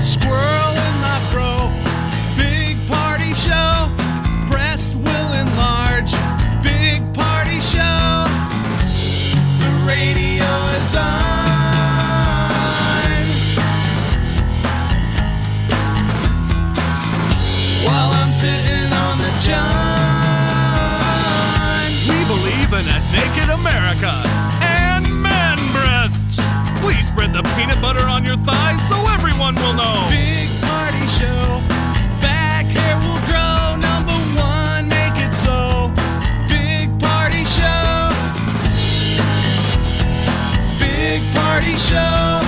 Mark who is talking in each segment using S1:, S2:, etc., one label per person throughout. S1: Squirrel in my fro, big party show. Breast will enlarge, big party show. The radio is on. While I'm sitting on the john.
S2: We believe in a naked America and man breasts. Please spread the peanut butter on your thighs so everyone will know.
S1: Big party show. Back hair will grow. Number one, make it so. Big party show. Big party show.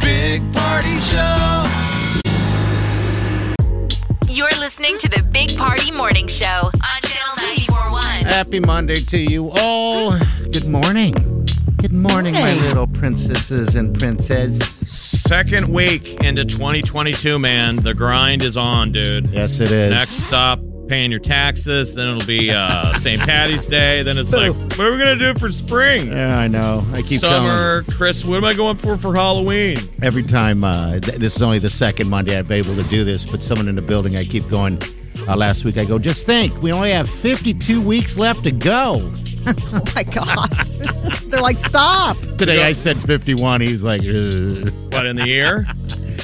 S1: Big party show.
S3: You're listening to the Big Party Morning Show on Channel 941.
S4: Happy Monday to you all. Good morning. Good morning, my little princesses and princes.
S5: Second week into 2022, man. The grind is on, dude.
S4: Yes, it is.
S5: Next stop, paying your taxes. Then it'll be uh, St. Patty's Day. Then it's like, what are we going to do for spring?
S4: Yeah, I know. I keep telling
S5: Summer, Chris, what am I going for for Halloween?
S4: every time. Uh, th- this is only the second Monday I've been able to do this, but someone in the building, I keep going. Uh, last week, I go. Just think, we only have 52 weeks left to go.
S6: Oh my god. They're like, stop.
S4: Today, I said 51. He's like, Ugh.
S5: What, in the year?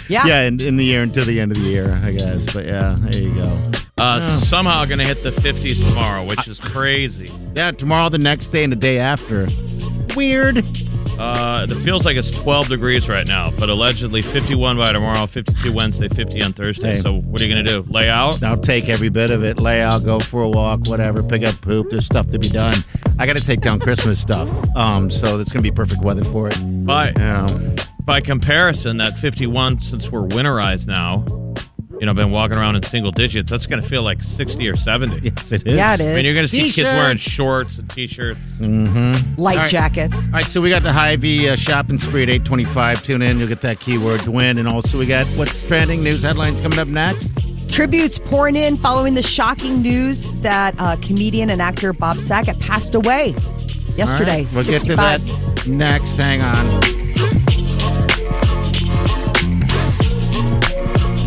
S6: Yeah.
S4: yeah, in, in the year until the end of the year, I guess. But yeah, there you go.
S5: Uh, Somehow going to hit the 50s tomorrow, which is crazy.
S4: Yeah, tomorrow, the next day, and the day after. Weird.
S5: Uh, it feels like it's 12 degrees right now, but allegedly 51 by tomorrow, 52 Wednesday, 50 on Thursday.
S4: Hey.
S5: So what are you going to do? Lay out?
S4: I'll take every bit of it. Lay out, go for a walk, whatever. Pick up poop. There's stuff to be done. I got to take down Christmas stuff. Um, so it's gonna be perfect weather for it.
S5: Bye.
S4: Yeah,
S5: by comparison, that 51, since we're winterized now, you know, been walking around in single digits, that's going to feel like 60 or 70.
S4: yes, it is.
S6: Yeah, it
S5: I
S6: is.
S5: mean, you're going to see kids
S4: T-shirts.
S5: wearing shorts and t-shirts.
S6: Light
S4: All right.
S6: jackets.
S4: All right, so we got the Hy-Vee uh, shopping spree at 825. Tune in, you'll get that keyword to win. And also, we got what's trending news headlines coming up next.
S6: Tributes pouring in following the shocking news that uh, comedian and actor Bob Saget passed away
S4: All
S6: yesterday.
S4: right, we'll get to
S6: 65.
S4: that next. Hang on.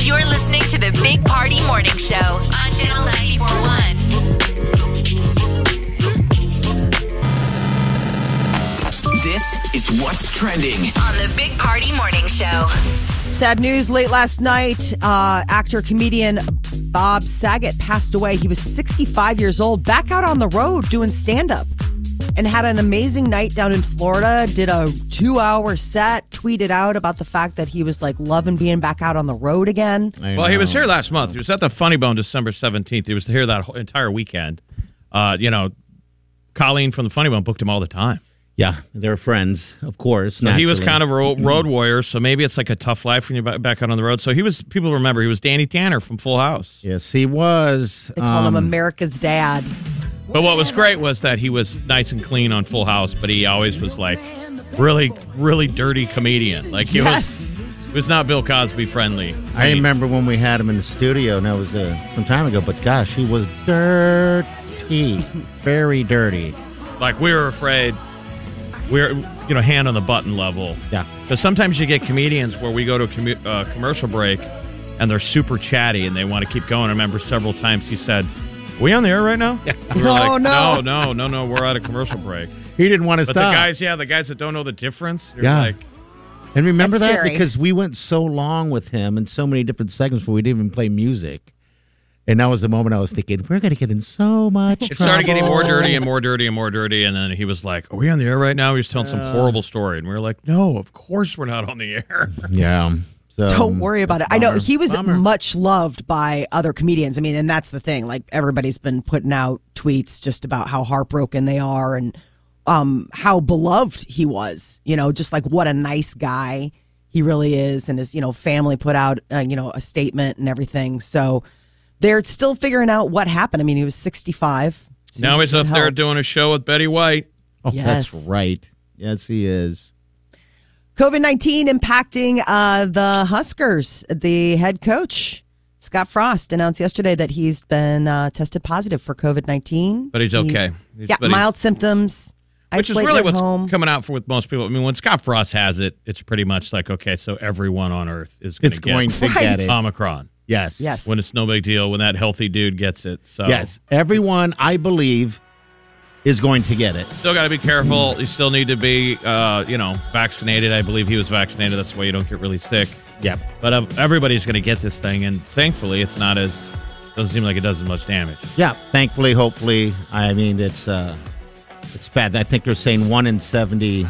S3: You're listening to the Big Party Morning Show on Channel 941.
S7: This is what's trending.
S3: On the Big Party Morning Show.
S6: Sad news late last night. Uh, actor, comedian Bob Saget passed away. He was 65 years old, back out on the road doing stand up, and had an amazing night down in Florida. Did a two hour set, tweeted out about the fact that he was like loving being back out on the road again.
S4: I
S5: Well, he was
S4: know.
S5: here last month. He was at the Funny Bone December 17th. He was here that whole entire weekend. Uh, you know, Colleen from the Funny Bone booked him all the time.
S4: Yeah, they're friends, of course.
S5: So he was kind of a ro- road
S4: Mm-hmm.
S5: warrior, so maybe it's like a tough life when you're ba- back out on the road. So he was, people remember, he was Danny Tanner from Full House.
S4: Yes, he was.
S6: They called
S4: Um,
S6: him America's Dad.
S5: But what was great was that he was nice and clean on Full House, but he always was like really, really dirty comedian. Like he
S6: Yes.
S5: was, he was not Bill Cosby friendly.
S4: I remember when we had him in the studio, and that was uh, some time ago. But gosh, he was dirty, very dirty.
S5: Like we were afraid, we are you know hand on the button level.
S4: Yeah.
S5: Because sometimes you get comedians where we go to a commu- uh, commercial break, and they're super chatty and they want to keep going. I remember several times he said, "We on the air right now?" We were
S6: Oh,
S5: like,
S6: no.
S5: no, no, no, no, we're at a commercial break.
S4: He didn't want to
S5: But
S4: stop.
S5: the guys, yeah, the guys that don't know the difference, you're
S4: Yeah.
S5: like,
S4: and remember
S6: That's
S4: that
S6: scary.
S4: because we went so long with him in so many different segments where we didn't even play music. And that was the moment I was thinking, we're going to get in so much
S5: It started getting more
S4: trouble."
S5: dirty and more dirty and more dirty, and then he was like, "Are we on the air right now?" He was telling some horrible story, and we were like, "No, of course we're not on the air."
S4: Yeah. So,
S6: Don't worry about it. I know
S4: Um, bummer.
S6: he was
S4: Bummer.
S6: much loved by other comedians. I mean, and that's the thing. Like everybody's been putting out tweets just about how heartbroken they are and um how beloved he was. You know, just like what a nice guy he really is, and his you know family put out uh, you know a statement and everything. So they're still figuring out what happened. I mean, he was sixty five.
S5: Now he's up there doing a show with Betty White.
S4: Oh, that's
S6: Yes.
S4: right. Yes, he is.
S6: COVID 19 impacting uh, the Huskers. The head coach, Scott Frost, announced yesterday that he's been uh, tested positive for COVID 19.
S5: But he's okay. He's-
S6: yeah,
S5: but he's-
S6: mild symptoms.
S5: Which is
S6: isolated
S5: really
S6: at
S5: what's
S6: home.
S5: coming out for with most people. I mean, when Scott Frost has it, it's pretty much like, okay, so everyone on Earth is gonna
S4: It's
S5: get
S4: going to get it.
S5: Omicron.
S4: yes.
S6: Yes.
S5: When it's no big deal, when that healthy dude gets it. So
S4: Yes. Everyone, I believe, is going to get it.
S5: Still got to be careful. You still need to be, uh, you know, vaccinated. I believe he was vaccinated. That's why you don't get really sick.
S4: Yep.
S5: But uh, everybody's going to get this thing, and thankfully, it's not as doesn't seem like it does as much damage.
S4: Yeah. Thankfully, hopefully, I mean, it's uh, it's bad. I think they're saying one in seventy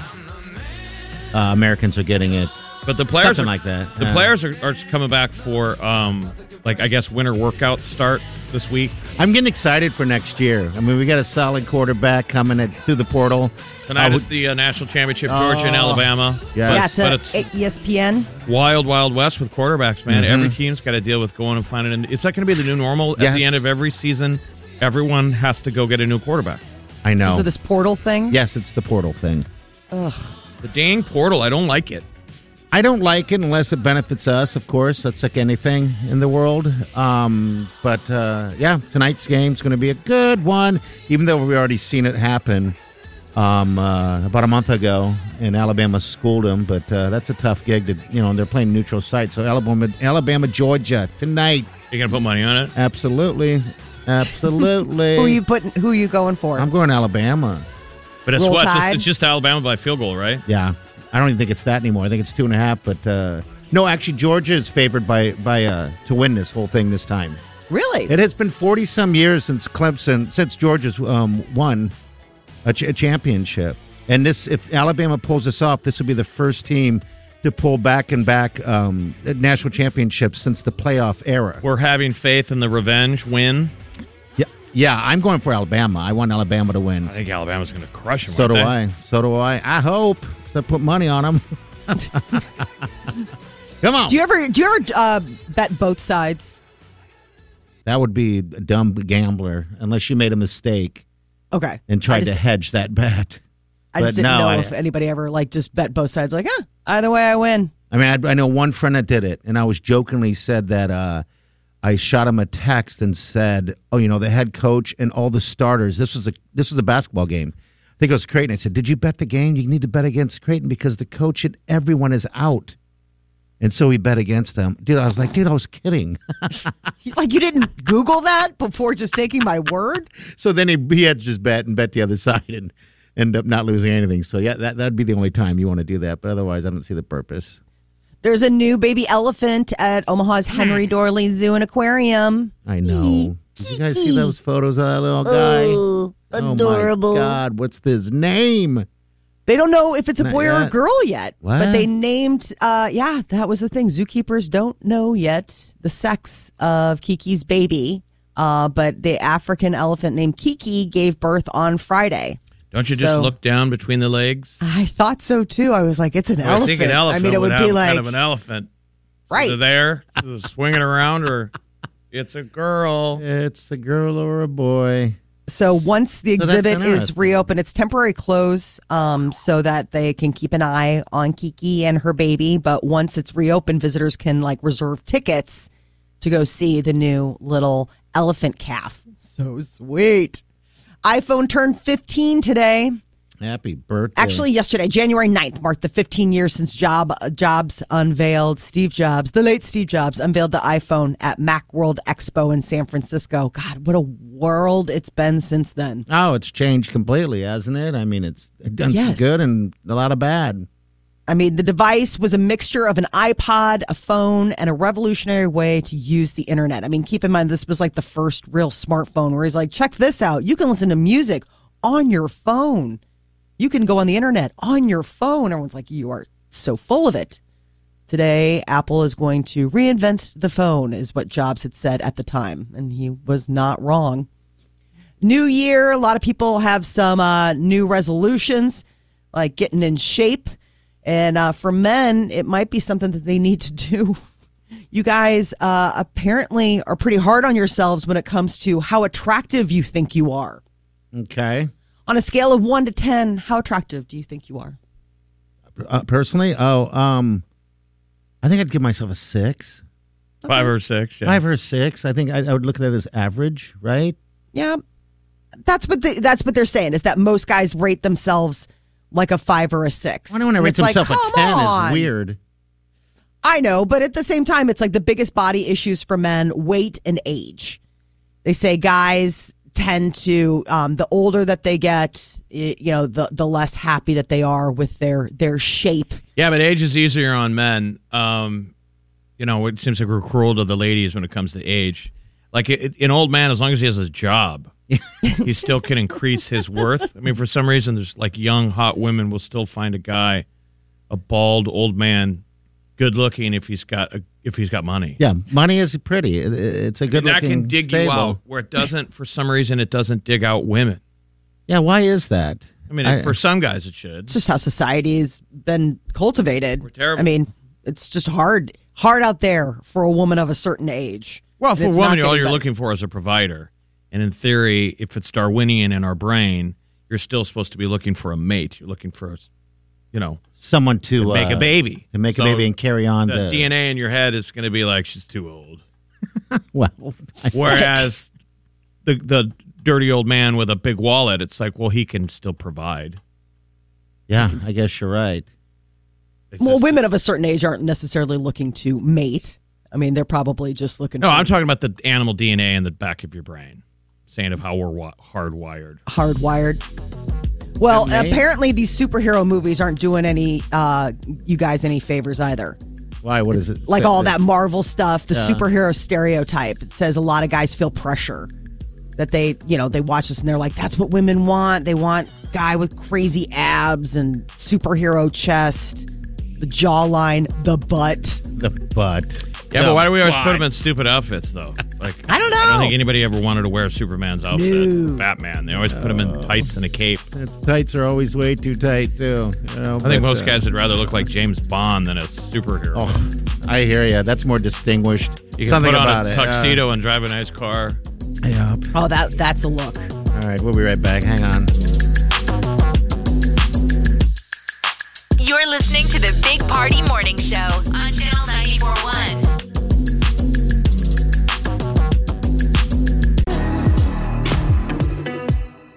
S4: uh, Americans are getting it.
S5: But the players
S4: Something
S5: are-
S4: like that,
S5: The
S4: yeah.
S5: players are, are coming back for, um, like I guess winter workouts start this week.
S4: I'm getting excited for next year. I mean, we got a solid quarterback coming at, through the portal.
S5: Tonight
S4: Uh,
S5: is the uh, national championship, Georgia and Alabama.
S6: Yeah,
S4: Oh, Yes.
S6: it's, E-
S5: but it's
S6: ESPN.
S5: wild, wild west with quarterbacks, man.
S4: Mm-hmm.
S5: Every team's got to deal with going and finding. An, is that going to be the new normal at
S4: Yes.
S5: the end of every season? Everyone has to go get a new quarterback.
S4: I know.
S5: Oh.
S6: So this portal thing.
S4: yes, it's the portal thing.
S5: The dang portal, I don't like it.
S4: I don't like it unless it benefits us, of course. That's like anything in the world. Um, but uh, yeah, tonight's game's going to be a good one, even though we already seen it happen um, uh, about a month ago, and Alabama schooled them. But uh, that's a tough gig to, you know, and they're playing neutral site. So Alabama, Alabama, Georgia tonight.
S5: You gonna put money on it?
S4: Absolutely. Absolutely.
S6: Who you putting? Who you going for?
S4: I'm going Alabama.
S5: But it's
S6: Roll
S5: what? Just,
S6: Tide.
S5: it's just Alabama by field goal, right?
S4: Yeah, I don't even think it's that anymore. I think it's two and a half. But uh, no, actually, Georgia is favored by by uh, to win this whole thing this time.
S6: really?
S4: It has been forty some years since Clemson since Georgia's um, won a, ch- a championship, and this if Alabama pulls this off, this will be the first team to pull back and back um, national championships since the playoff era.
S5: We're having faith in the revenge win.
S4: Yeah, yeah, I'm going for Alabama. I want Alabama to win.
S5: I think Alabama's gonna crush them.
S4: So do I. So do I. I hope. So put money on them. Come on.
S6: do you ever? Do you ever uh, bet both sides?
S4: That would be a dumb gambler unless you made a mistake
S6: Okay.
S4: and tried
S6: I just,
S4: to hedge that bet.
S6: I just
S4: but
S6: didn't
S4: no,
S6: know
S4: I-
S6: if anybody ever like just bet both sides. Like, ah, either way, I win.
S4: I mean, I, I know one friend that did it, and I was jokingly said that uh, I shot him a text and said, "Oh, you know, the head coach and all the starters. This was a this was a basketball game. I think it was Creighton. I said, "Did you bet the game? You need to bet against Creighton because the coach and everyone is out." And so we bet against them, dude. I was like, dude, I was kidding.
S6: Like you didn't Google that before just taking my word?
S4: So then he, he hedged his bet and bet the other side and end up not losing anything. So yeah, that that'd be the only time you want to do that. But otherwise, I don't see the purpose.
S6: There's a new baby elephant at Omaha's Henry Dorley Zoo and Aquarium.
S4: I know. Did you guys see those photos of that little guy? adorable. Oh my God, what's his name?
S6: They don't know if it's a
S4: Not
S6: boy or a
S4: yet.
S6: girl yet, but
S4: What?
S6: they named. Uh, yeah, that was the thing. Zookeepers don't know yet the sex of Kiki's baby. Uh, but the African elephant named Kiki gave birth on Friday.
S5: Don't you just
S6: So-
S5: look down between the legs?
S6: I thought so too. I was like, it's an
S5: I
S6: elephant.
S5: think an elephant
S6: I mean, it would,
S5: have
S6: be
S5: kind
S6: like
S5: of an elephant. It's
S6: right.
S5: Either there, it's either swinging around, or it's a girl.
S4: It's a girl or a boy.
S6: So once the
S4: So that's
S6: exhibit is
S4: interesting.
S6: reopened, it's temporary close um, so that they can keep an eye on Kiki and her baby. But once it's reopened, visitors can like reserve tickets to go see the new little elephant calf. So sweet. iPhone turned 15 today.
S4: Happy birthday.
S6: Actually, yesterday, January 9th, marked the 15 years since Job, uh, Jobs unveiled Steve Jobs, the late Steve Jobs, unveiled the iPhone at Macworld Expo in San Francisco. God, what a world it's been since then.
S4: oh, it's changed completely, hasn't it? I mean, it's it done some
S6: Yes.
S4: good and a lot of bad.
S6: I mean, the device was a mixture of an iPod, a phone, and a revolutionary way to use the internet. I mean, keep in mind, this was like the first real smartphone where he's like, check this out. You can listen to music on your phone. You can go on the internet on your phone. Everyone's like, you are so full of it. Today, Apple is going to reinvent the phone, is what Jobs had said at the time, and he was not wrong. New year, a lot of people have some uh, new resolutions, like getting in shape. And uh, for men, it might be something that they need to do. You guys uh, apparently are pretty hard on yourselves when it comes to how attractive you think you are.
S4: Okay.
S6: On a scale of one to 10, how attractive do you think you are?
S4: Uh, personally, oh, um, I think I'd give myself a six,
S5: Five or six. Yeah.
S4: five or six. I think I, I would look at that as average, right?
S6: Yeah, that's what they, that's what they're saying is that most guys rate themselves like a five or a six.
S4: I don't want to
S6: And
S4: rate
S6: it's like,
S4: themselves
S6: come
S4: a ten.
S6: on.
S4: Is weird.
S6: I know, but at the same time, it's like the biggest body issues for men: weight and age. They say guys tend to um, the older that they get, i- you know, the the less happy that they are with their their shape.
S5: Yeah, but age is easier on men. Um, you know, it seems like we're cruel to the ladies when it comes to age. Like it, it- an old man, as long as he has a job, he still can increase his worth. I mean, for some reason, there's like young hot women will still find a guy, a bald old man, good looking if he's got a, if he's got money.
S4: Yeah, money is pretty. It- it- It's a good
S5: that
S4: looking
S5: can dig you
S4: stable.
S5: out. Where it doesn't, for some reason, it doesn't dig out women.
S4: Yeah, why is that?
S5: I mean, for some guys, it should.
S6: It's just how society's been cultivated. We're
S5: terrible.
S6: I mean, it's just hard hard out there for a woman of a certain age.
S5: Well,
S6: And
S5: for a
S6: it's
S5: woman,
S6: not
S5: all
S6: getting
S5: you're
S6: better.
S5: looking for is a provider. And in theory, if it's Darwinian in our brain, you're still supposed to be looking for a mate. You're looking for, you know,
S4: someone to,
S5: to make
S4: uh,
S5: a baby.
S4: to make
S5: So
S4: a baby and carry on
S5: the
S4: the,
S5: DNA in your head is going to be like, she's too old.
S4: Well,
S5: Whereas the, the dirty old man with a big wallet, it's like, well, he can still provide.
S4: yeah, I guess you're right.
S5: It's
S6: Well,
S5: just-
S6: women of a certain age aren't necessarily looking to mate. I mean, they're probably just looking
S5: No,
S6: for
S5: I'm talking about the animal DNA in the back of your brain, saying of how we're wa- hardwired.
S6: hardwired. Well,
S4: Yeah, mate.
S6: apparently these superhero movies aren't doing any uh, you guys any favors either.
S4: Why? What is it?
S6: Like
S4: say-
S6: all that Marvel stuff, the superhero stereotype. It says a lot of guys feel pressure that they, you know, they watch this and they're like, that's what women want. They want guy with crazy abs and superhero chest, the jawline, the butt.
S4: the butt.
S5: Yeah,
S4: No,
S5: but why do we always put
S4: why?
S5: them in stupid outfits, though? Like I don't know. I don't think anybody ever wanted to wear Superman's outfit. Batman. They always put him in tights and a cape.
S4: Its tights are always way too tight too. you know,
S5: I think
S4: but,
S5: most
S4: uh,
S5: guys would rather look like James Bond than a superhero.
S4: Oh, I hear you. That's more distinguished.
S5: you can
S4: Something
S5: put on
S4: about
S5: a
S4: it.
S5: tuxedo and drive a nice car.
S4: Yeah. Yep.
S6: Oh, that that's a look.
S4: All right, we'll be right back. Hang on.
S3: You're listening to the Big Party Morning Show on Channel 941.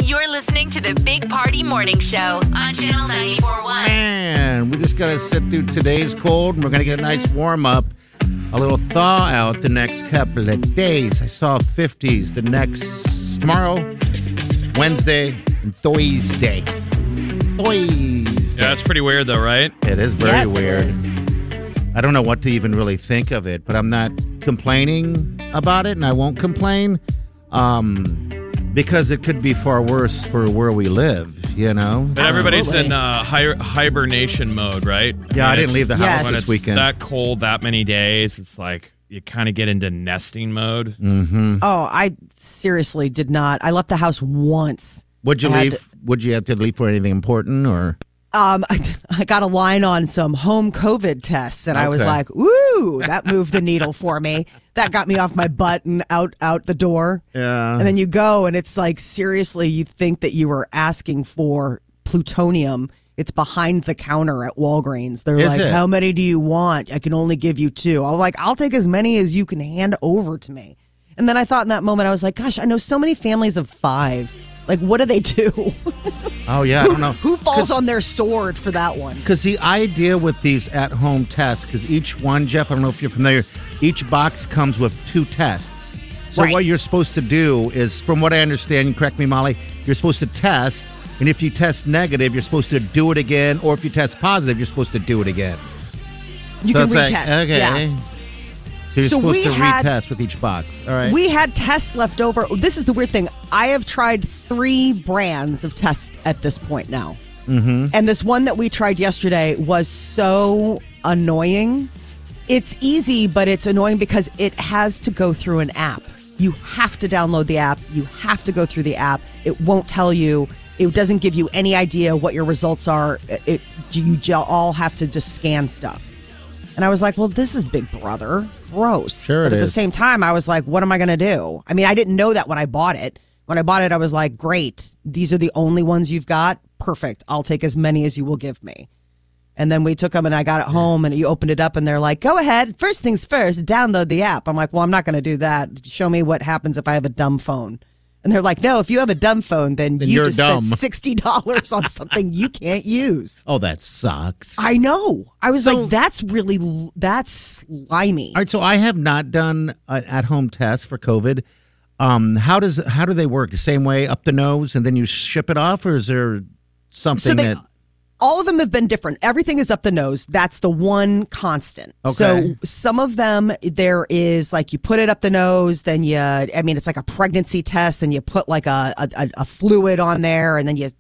S3: You're listening to the Big Party Morning Show on Channel 941.
S4: Man, we just got to sit through today's cold, and we're going to get a nice warm up, a little thaw out the next couple of days. I saw 50s the next tomorrow, Wednesday, and Thursday. Thursday.
S5: Yeah, that's pretty weird, though, right?
S4: It is very
S6: Yes, it
S4: weird.
S6: is.
S4: I don't know what to even really think of it, but I'm not complaining about it, and I won't complain um, because it could be far worse for where we live, you know?
S5: But everybody's
S6: Absolutely.
S5: in uh, hi- hibernation mode, right?
S4: Yeah, I didn't
S5: When it's-
S4: leave the
S6: Yes.
S4: house
S5: when
S4: this
S5: it's
S4: weekend.
S5: that cold, that many days, it's like you kind of get into nesting mode.
S6: Oh, I seriously did not. I left the house once.
S4: Would you
S6: I had
S4: leave? Would you have to leave for anything important or?
S6: Um, I got a line on some home COVID tests, and I was
S4: Okay.
S6: like, "Ooh, that moved the needle for me. That got me off my butt and out out the door."
S4: Yeah.
S6: And then you go, and it's like, seriously, you think that you were asking for plutonium? It's behind the counter at Walgreens. They're
S4: Is
S6: like,
S4: it?
S6: "How many do you want? I can only give you two. I'm like, "I'll take as many as you can hand over to me." And then I thought in that moment, I was like, "Gosh, I know so many families of five. Like, what do they do?"
S4: Oh yeah, I don't know
S6: Who falls on their sword for that one?
S4: Because the idea with these at-home tests, because each one, Jeff, I don't know if you're familiar, each box comes with two tests. So
S6: Right.
S4: what you're supposed to do is, from what I understand, you correct me, Molly, you're supposed to test, and if you test negative, you're supposed to do it again, or if you test positive, you're supposed to do it again.
S6: You
S4: So
S6: can
S4: it's
S6: retest.
S4: like, okay.
S6: Yeah.
S4: So you're
S6: So
S4: supposed
S6: we
S4: to
S6: had-
S4: retest with each box. All right.
S6: We had tests left over. This is the weird thing. I have tried three brands of tests at this point now. Mm-hmm. And this one that we tried yesterday was so annoying It's easy, but it's annoying because it has to go through an app. You have to download the app. You have to go through the app. It won't tell you. It doesn't give you any idea what your results are. It you j- all have to just scan stuff. And I was like, well, this is Big Brother. Gross.
S4: Sure
S6: but
S4: it
S6: at the
S4: is.
S6: same time, I was like, what am I going to do? I mean, I didn't know that when I bought it. When I bought it, I was like, great. These are the only ones you've got. Perfect. I'll take as many as you will give me. And then we took them and I got it home and you opened it up and they're like, go ahead. First things first, download the app. I'm like, well, I'm not going to do that. Show me what happens if I have a dumb phone. And they're like, no, if you have a dumb phone, then,
S4: Then
S6: you
S4: you're
S6: just
S4: dumb.
S6: spent $60 on something you can't use.
S4: Oh, that sucks.
S6: I know. I was
S4: So-
S6: like, that's really, l- that's slimy.
S4: All right, so I have not done an at-home test for COVID. Um, how does how do they work? The same way up the nose, and then you ship it off, or is there something
S6: So they-
S4: that?
S6: all of them have been different. Everything is up the nose. That's the one constant. So
S4: Okay.
S6: some of them there is like you put it up the nose, then you I mean it's like a pregnancy test, and you put like a a, a- a fluid on there, and then you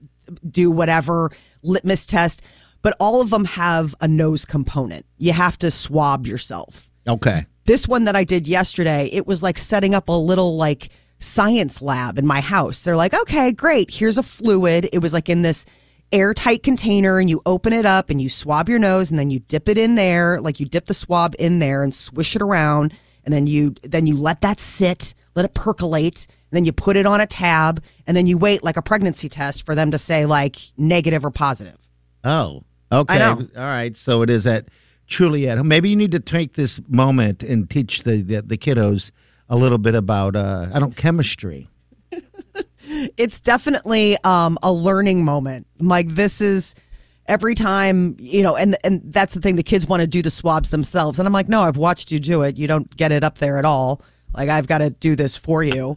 S6: do whatever litmus test. But all of them have a nose component. You have to swab yourself
S4: Okay,
S6: this one that I did yesterday, it was like setting up a little like science lab in my house. They're like, okay, great. Here's a fluid. It was like in this airtight container and you open it up and you swab your nose and then you dip it in there. Like you dip the swab in there and swish it around. And then you, then you let that sit, let it percolate. And then you put it on a tab and then you wait like a pregnancy test for them to say like negative or positive.
S4: Oh, okay.
S6: know.
S4: All right. So it is at truly at home. Maybe you need to take this moment and teach the the, the kiddos a little bit about uh, I don't chemistry.
S6: it's definitely um, a learning moment. Like this is every time you know, and and that's the thing. The kids want to do the swabs themselves, and I'm like, no, I've watched you do it. You don't get it up there at all. Like I've got to do this for you.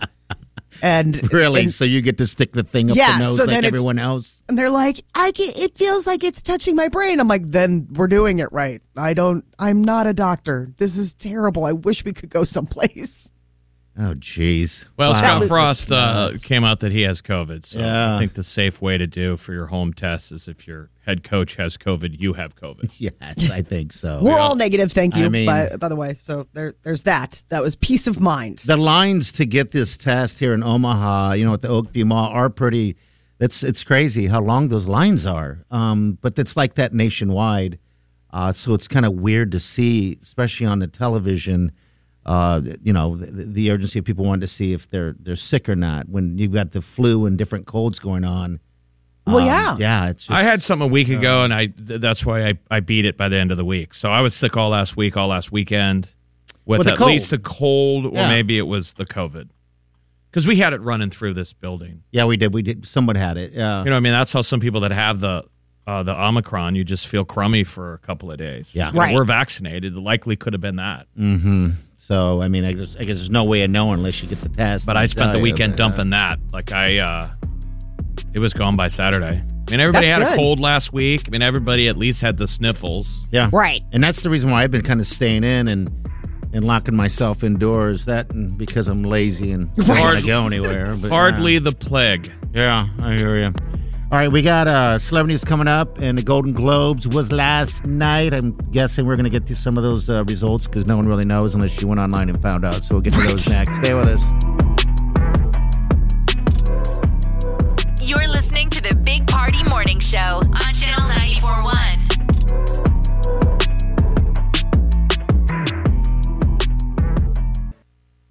S6: And
S4: Really?
S6: and-
S4: so you get to stick the thing up
S6: Yeah,
S4: the nose
S6: so then
S4: like
S6: it's-
S4: everyone else.
S6: and they're like, I get, it feels like it's touching my brain. I'm like, then we're doing it right. I don't. I'm not a doctor. This is terrible. I wish we could go someplace.
S4: Oh, jeez.
S5: Well,
S4: Wow.
S5: Scott Frost uh,
S4: That's nuts.
S5: came out that he has COVID. So
S4: Yeah.
S5: I think the safe way to do for your home test is if your head coach has COVID, you have COVID.
S4: Yes, I think so.
S6: We're all negative, thank
S4: Oh, I
S6: you.
S4: mean-
S6: by, by the way, so there, there's that. That was peace of mind.
S4: the lines to get this test here in Omaha, you know, at the Oakview Mall are pretty. It's it's crazy how long those lines are. Um, but it's like that nationwide, uh, so it's kind of weird to see, especially on the television. Uh, you know, the, the urgency of people wanting to see if they're they're sick or not when you've got the flu and different colds going on.
S6: well,
S4: Um,
S6: yeah.
S4: yeah. It's just, uh,
S5: I had something a week ago, and I th- that's why I, I beat it by the end of the week. So I was sick all last week, all last weekend, with,
S4: With a
S5: at
S4: cold.
S5: least a cold, or
S4: Yeah.
S5: maybe it was the COVID, because we had it running through this building.
S4: yeah, we did. We did. Someone had it. Yeah.
S5: You know, what I mean, that's how some people that have the uh, the Omicron, you just feel crummy for a couple of days.
S4: Yeah.
S5: You know,
S6: Right.
S5: we're vaccinated. It likely could have been that,
S4: So I mean, I guess, I guess there's no way of knowing unless you get the test.
S5: but I
S4: and
S5: spent
S6: oh,
S4: tell
S5: the
S4: you,
S5: weekend
S4: but, uh,
S5: dumping that. Like I, uh it was gone by Saturday. I mean, everybody
S6: That's
S5: had
S6: good.
S5: a cold last week. I mean, everybody at least had the sniffles.
S4: Yeah.
S6: Right.
S4: And that's the reason why I've been kind of staying in and and locking myself indoors. That and because I'm lazy and don't want to
S5: Hardly-
S4: go anywhere. But
S5: Hardly the plague.
S4: Yeah. yeah, I hear you. All right, we got uh, celebrities coming up, and the Golden Globes was last night. I'm guessing we're going to get to some of those uh, results because no one really knows unless you went online and found out. So we'll get to those next. Stay with us.
S3: You're listening to the Big Party Morning Show on Channel 941.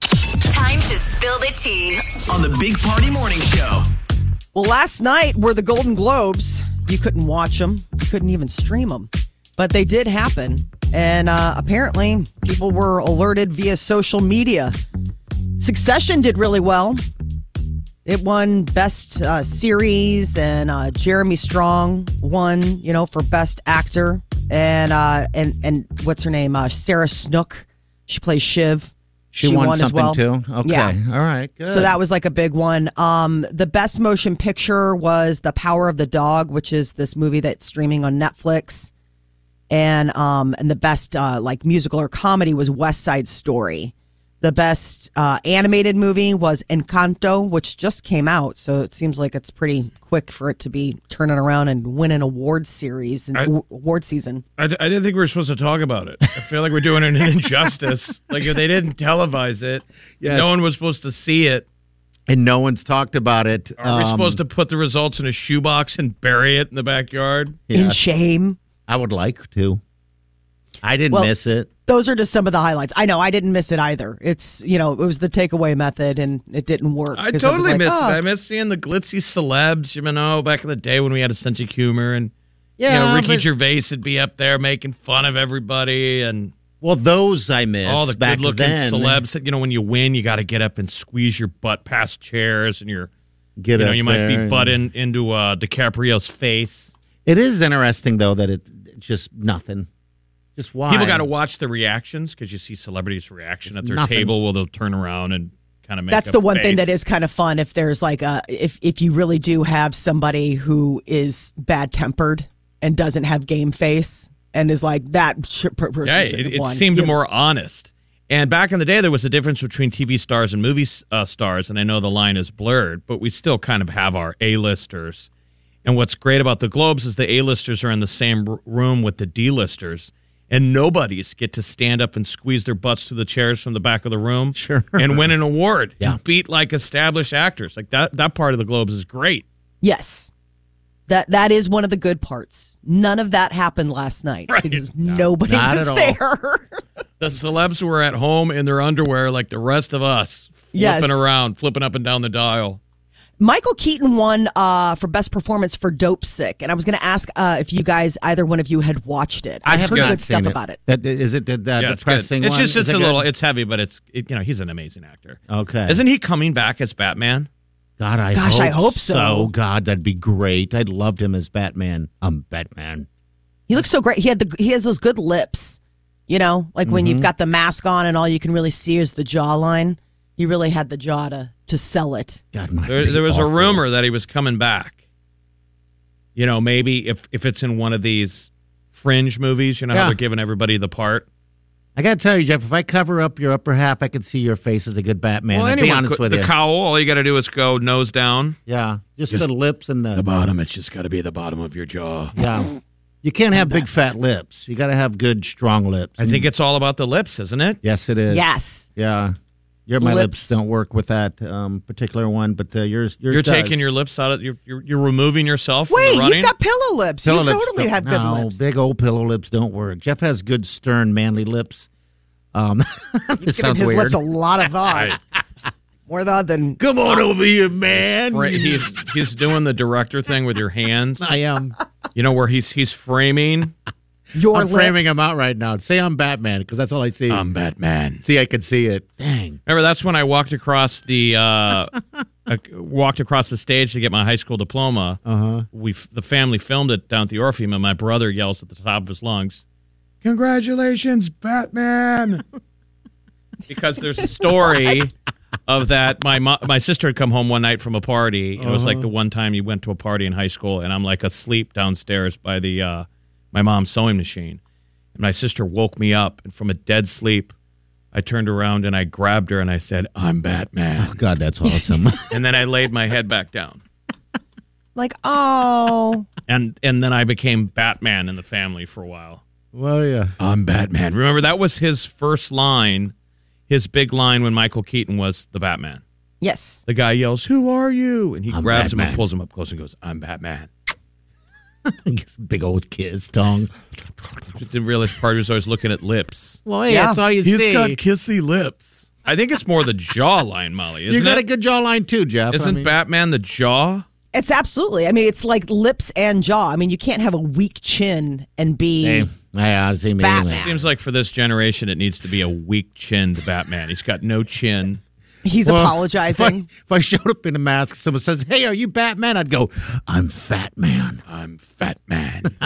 S3: Time to spill the tea.
S7: on the Big Party Morning Show.
S6: Well, last night were the Golden Globes. You couldn't watch them, you couldn't even stream them, but they did happen. And uh, apparently, people were alerted via social media. Succession did really well. It won Best uh, Series, and uh, Jeremy Strong won, you know, for Best Actor. And uh, and and what's her name? Uh, Sarah Snook. She plays Shiv.
S4: She, won,
S6: as
S4: something
S6: well.
S4: too. Okay.
S6: Yeah.
S4: All right. Good.
S6: So that was like a big one. Um, the best motion picture was The Power of the Dog, which is this movie that's streaming on Netflix. And um, and the best uh, like musical or comedy was West Side Story. The best uh, animated movie was Encanto, which just came out. So it seems like it's pretty quick for it to be turning around and win an award series and
S5: I-
S6: w- award season.
S5: I, d- I didn't think we were supposed to talk about it. I feel like we're doing an injustice. like if they didn't televise it,
S4: Yes.
S5: no one was supposed to see it.
S4: and no one's talked about it.
S5: Are we
S4: Um,
S5: supposed to put the results in a shoebox and bury it in the backyard?
S6: In
S4: yes.
S6: shame.
S4: I would like to. I didn't
S6: Well-
S4: miss it.
S6: Those are just some of the highlights. I know I didn't miss it either. It's you know it was the takeaway method and it didn't work.
S5: I
S6: 'cause was
S5: totally
S6: like,
S5: missed
S6: oh,
S5: it. I missed seeing the glitzy celebs, you know, back in the day when we had a sense of humor and you know, Ricky
S4: but-
S5: Gervais would be up there making fun of everybody and
S4: well, those I missed.
S5: all the
S4: back
S5: good looking
S4: then.
S5: celebs that, you know, when you win you gotta get up and squeeze your butt past chairs and you're
S4: Get
S5: you know,
S4: up
S5: you might
S4: there
S5: be
S4: and-
S5: butt in, into uh DiCaprio's face.
S4: It is interesting though that it just nothing. Just why
S5: People got to watch the reactions because you see celebrities' reaction at their
S4: nothing.
S5: table. Well, they'll turn around and kind of make.
S6: That's
S5: up
S6: the
S5: a
S6: one
S5: face.
S6: thing that is kind of fun if there's like a if if you really do have somebody who is bad tempered and doesn't have game face and is like that sh- per- person
S5: Yeah,
S6: should have
S5: it, it
S6: won.
S5: seemed
S6: You-
S5: more honest. And back in the day, there was a difference between TV stars and movie uh, stars. And I know the line is blurred, but we still kind of have our A-listers. And what's great about the Globes is the A-listers are in the same r- room with the D-listers, and nobodies get to stand up and squeeze their butts through the chairs from the back of the room
S4: Sure.
S5: and win an award.
S4: Yeah.
S5: and beat like established actors. Like that. That part of the Globes is great.
S6: Yes. That that is one of the good parts. None of that happened last night because nobody
S4: Not
S6: was
S4: at all.
S6: there.
S5: The celebs were at home in their underwear like the rest of us, flipping
S6: Yes.
S5: around, flipping up and down the dial.
S6: Michael Keaton won uh, for best performance for Dope Sick, and I was going to ask uh, if you guys, either one of you, had watched it.
S4: I
S6: I've
S4: have
S6: heard
S4: not
S6: good
S4: seen
S6: stuff
S4: it.
S6: about it.
S4: That is it. That, that
S5: Yeah, it's good.
S4: depressing.
S5: It's
S4: one? Is
S5: just it's
S4: it
S5: a
S4: good?
S5: little it's heavy, but it's it, you know he's an amazing actor.
S4: Okay.
S5: Isn't he coming back as Batman?
S4: God, I
S6: Gosh,
S4: hope
S6: I hope so.
S4: God, that'd be great. I loved him as Batman. I'm Batman.
S6: He looks so great. He had the he has those good lips, you know, like when
S4: Mm-hmm.
S6: you've got the mask on and all you can really see is the jawline. He really had the jaw to to sell it.
S4: God, my.
S5: There, there was a rumor that he was coming back. You know, maybe if if it's in one of these fringe movies, you know
S4: Yeah.
S5: how they're giving everybody the part.
S4: I gotta tell you, Jeff. If I cover up your upper half, I can see your face as a good Batman. I'll be honest
S5: could-
S4: with
S5: the
S4: you.
S5: cowl. All you got to do is go nose down.
S4: yeah, just, the lips and the,
S2: bottom, it's just got to be the bottom of your jaw.
S4: yeah. You can't have big fat lips. You gotta have good strong lips.
S5: I think it's all about the lips, isn't it?
S4: Yes, it is.
S6: Yes.
S4: Yeah. Your my lips,
S6: Lips.
S4: don't work with that um, particular one, but uh, yours yours
S5: You're
S4: does.
S5: taking your lips out of you're you're, you're removing yourself. from the
S6: Wait,
S5: running.
S6: you've got pillow lips.
S4: Pillow
S6: you
S4: lips
S6: totally
S4: don't-
S6: have good
S4: no,
S6: lips.
S4: Big old pillow lips don't work. Jeff has good stern manly lips. Um, this
S6: Giving
S4: sounds
S6: his
S4: weird.
S6: lips a lot of thought. More thought than
S4: Come on over here, man.
S5: Fra- he's he's doing the director thing with your hands.
S4: I am.
S5: You know where he's he's framing.
S6: your
S4: I'm
S6: lips.
S4: framing him out right now. Say I'm Batman because that's all I see.
S2: I'm Batman.
S4: see, I can see it. Dang.
S5: Remember that's when I walked across the uh, I walked across the stage to get my high school diploma. Uh-huh. We f- the family filmed it down at the Orpheum, and my brother yells at the top of his lungs, "Congratulations, Batman!" because there's a story of that. My mo- my sister had come home one night from a party, and it was like the one time you went to a party in high school, and I'm like asleep downstairs by the uh, my mom's sewing machine, and my sister woke me up, and from a dead sleep, I turned around and I grabbed her and I said, "I'm Batman,"
S4: God, that's awesome.
S5: and then I laid my head back down,
S6: Like, oh,
S5: and and then I became Batman in the family for a while.
S4: well, yeah.
S2: I'm Batman.
S5: And remember, that was his first line, his big line when Michael Keaton was the Batman.
S6: yes.
S5: The guy yells, "Who are you?" And he
S4: I'm
S5: grabs him
S4: Batman.
S5: and pulls him up close and goes, "I'm Batman."
S4: Big old kiss tongue.
S5: Just didn't realize part of it was always looking at lips.
S4: Well, hey,
S6: Yeah.
S4: that's all you see.
S5: kissy lips. I think it's more the jawline, Molly. Isn't
S4: you got
S5: it?
S4: a good jawline too, Jeff.
S5: Isn't
S4: I mean,
S5: Batman the jaw?
S6: It's absolutely. I mean, it's like lips and jaw. I mean, you can't have a weak chin and be.
S4: Hey, yeah, I see me.
S6: Batman.
S4: anyway.
S5: Seems like for this generation, it needs to be a weak-chinned Batman. He's got no chin.
S6: He's
S4: Well,
S6: apologizing.
S4: If I, if I showed up in a mask, someone says, "Hey, are you Batman?" I'd go, "I'm Fat Man."
S2: I'm Fat Man.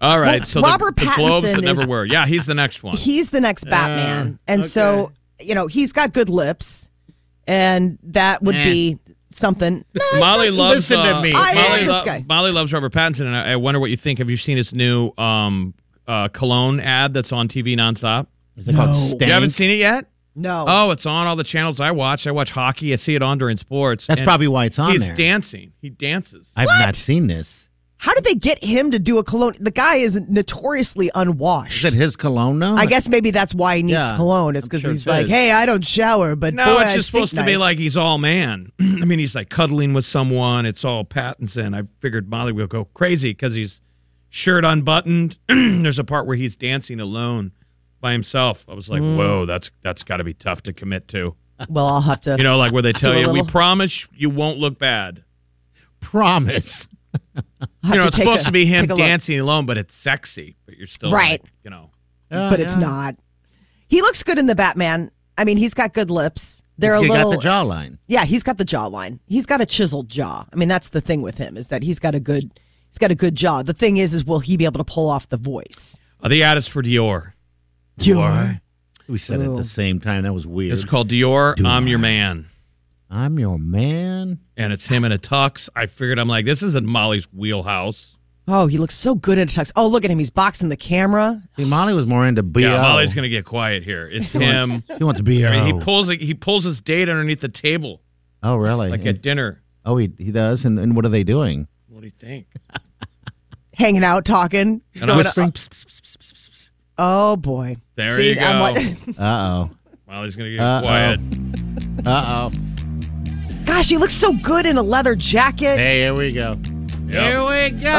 S5: All right,
S6: Well,
S5: so the,
S6: Robert
S5: the globes
S6: Pattinson
S5: that never
S6: is-
S5: were. Yeah, he's the next one.
S6: he's the next Batman. and so, you know, he's got good lips, and that would
S4: Eh.
S6: be something. No, it's
S5: Molly
S6: not-
S5: loves.
S4: listen to
S5: uh,
S4: me.
S6: I love
S5: Molly,
S6: this guy.
S5: Molly loves Robert Pattinson, and I, I wonder what you think. Have you seen his new um, uh, cologne ad that's on TV nonstop?
S4: Is it called Stank?
S5: You haven't seen it yet?
S6: No.
S5: Oh, it's on all the channels I watch. I watch hockey. I see it on during sports.
S4: That's
S5: And
S4: probably why it's on
S5: He's
S4: there.
S5: dancing. He dances.
S4: I've not seen this.
S6: How did they get him to do a cologne? The guy is notoriously unwashed.
S4: Is it his cologne now?
S6: I guess maybe that's why he needs
S4: Yeah,
S6: cologne. It's
S4: I'm
S6: because
S4: sure
S6: he's
S4: it
S6: like,
S4: is.
S6: hey, I don't shower, but
S5: No, it's
S6: boy, I
S5: just
S6: stink
S5: supposed to be
S6: nice."
S5: like he's all man. I mean, he's like cuddling with someone. It's all Pattinson. I figured Molly will go crazy because he's shirt unbuttoned. There's a part where he's dancing alone by himself. I was like,
S6: Mm.
S5: whoa, that's that's got to be tough to commit to.
S6: Well, I'll have to.
S5: You know, like where they tell
S6: Do a
S5: you,
S6: little-
S5: we promise you won't look bad.
S4: Promise.
S6: I'll have
S5: You know,
S6: to
S5: it's
S6: take a-
S5: supposed to be him
S6: take a look.
S5: dancing alone, but it's sexy. But you're still
S6: Right.
S5: like, you know.
S6: but it's not. He looks good in the Batman. I mean, he's got good lips. They're
S4: He's
S6: a little.
S4: got the jawline.
S6: Yeah, he's got the jawline. He's got a chiseled jaw. I mean, that's the thing with him is that he's got a good. He's got a good jaw. The thing is, is will he be able to pull off the voice?
S5: Uh, the ad is for Dior.
S6: Dior.
S4: We said it at the same time. That was weird.
S5: It's called Dior. I'm your man.
S4: I'm your man.
S5: and it's him in a tux. I figured I'm like, this isn't Molly's wheelhouse.
S6: Oh, he looks so good in a tux. Oh, look at him. He's boxing the camera.
S4: See, Molly was more into BO.
S5: Yeah,
S4: oh.
S5: Molly's gonna get quiet here. It's him.
S4: He wants BO.
S5: I mean, he pulls he pulls his date underneath the table
S4: oh, really?
S5: like
S4: And-
S5: at dinner.
S4: oh, he, he does? And, and what are they doing?
S5: What do you think?
S6: hanging out, talking.
S5: And I'm-
S4: Whispering.
S6: Oh boy!
S5: There
S6: See,
S5: you
S6: I'm
S5: go.
S6: like-
S4: Uh oh.
S5: Molly's gonna get
S4: Uh-oh.
S5: quiet.
S4: Uh oh.
S6: Gosh, he looks so good in a leather jacket.
S4: Hey, here we go.
S5: Yep.
S4: Here we go.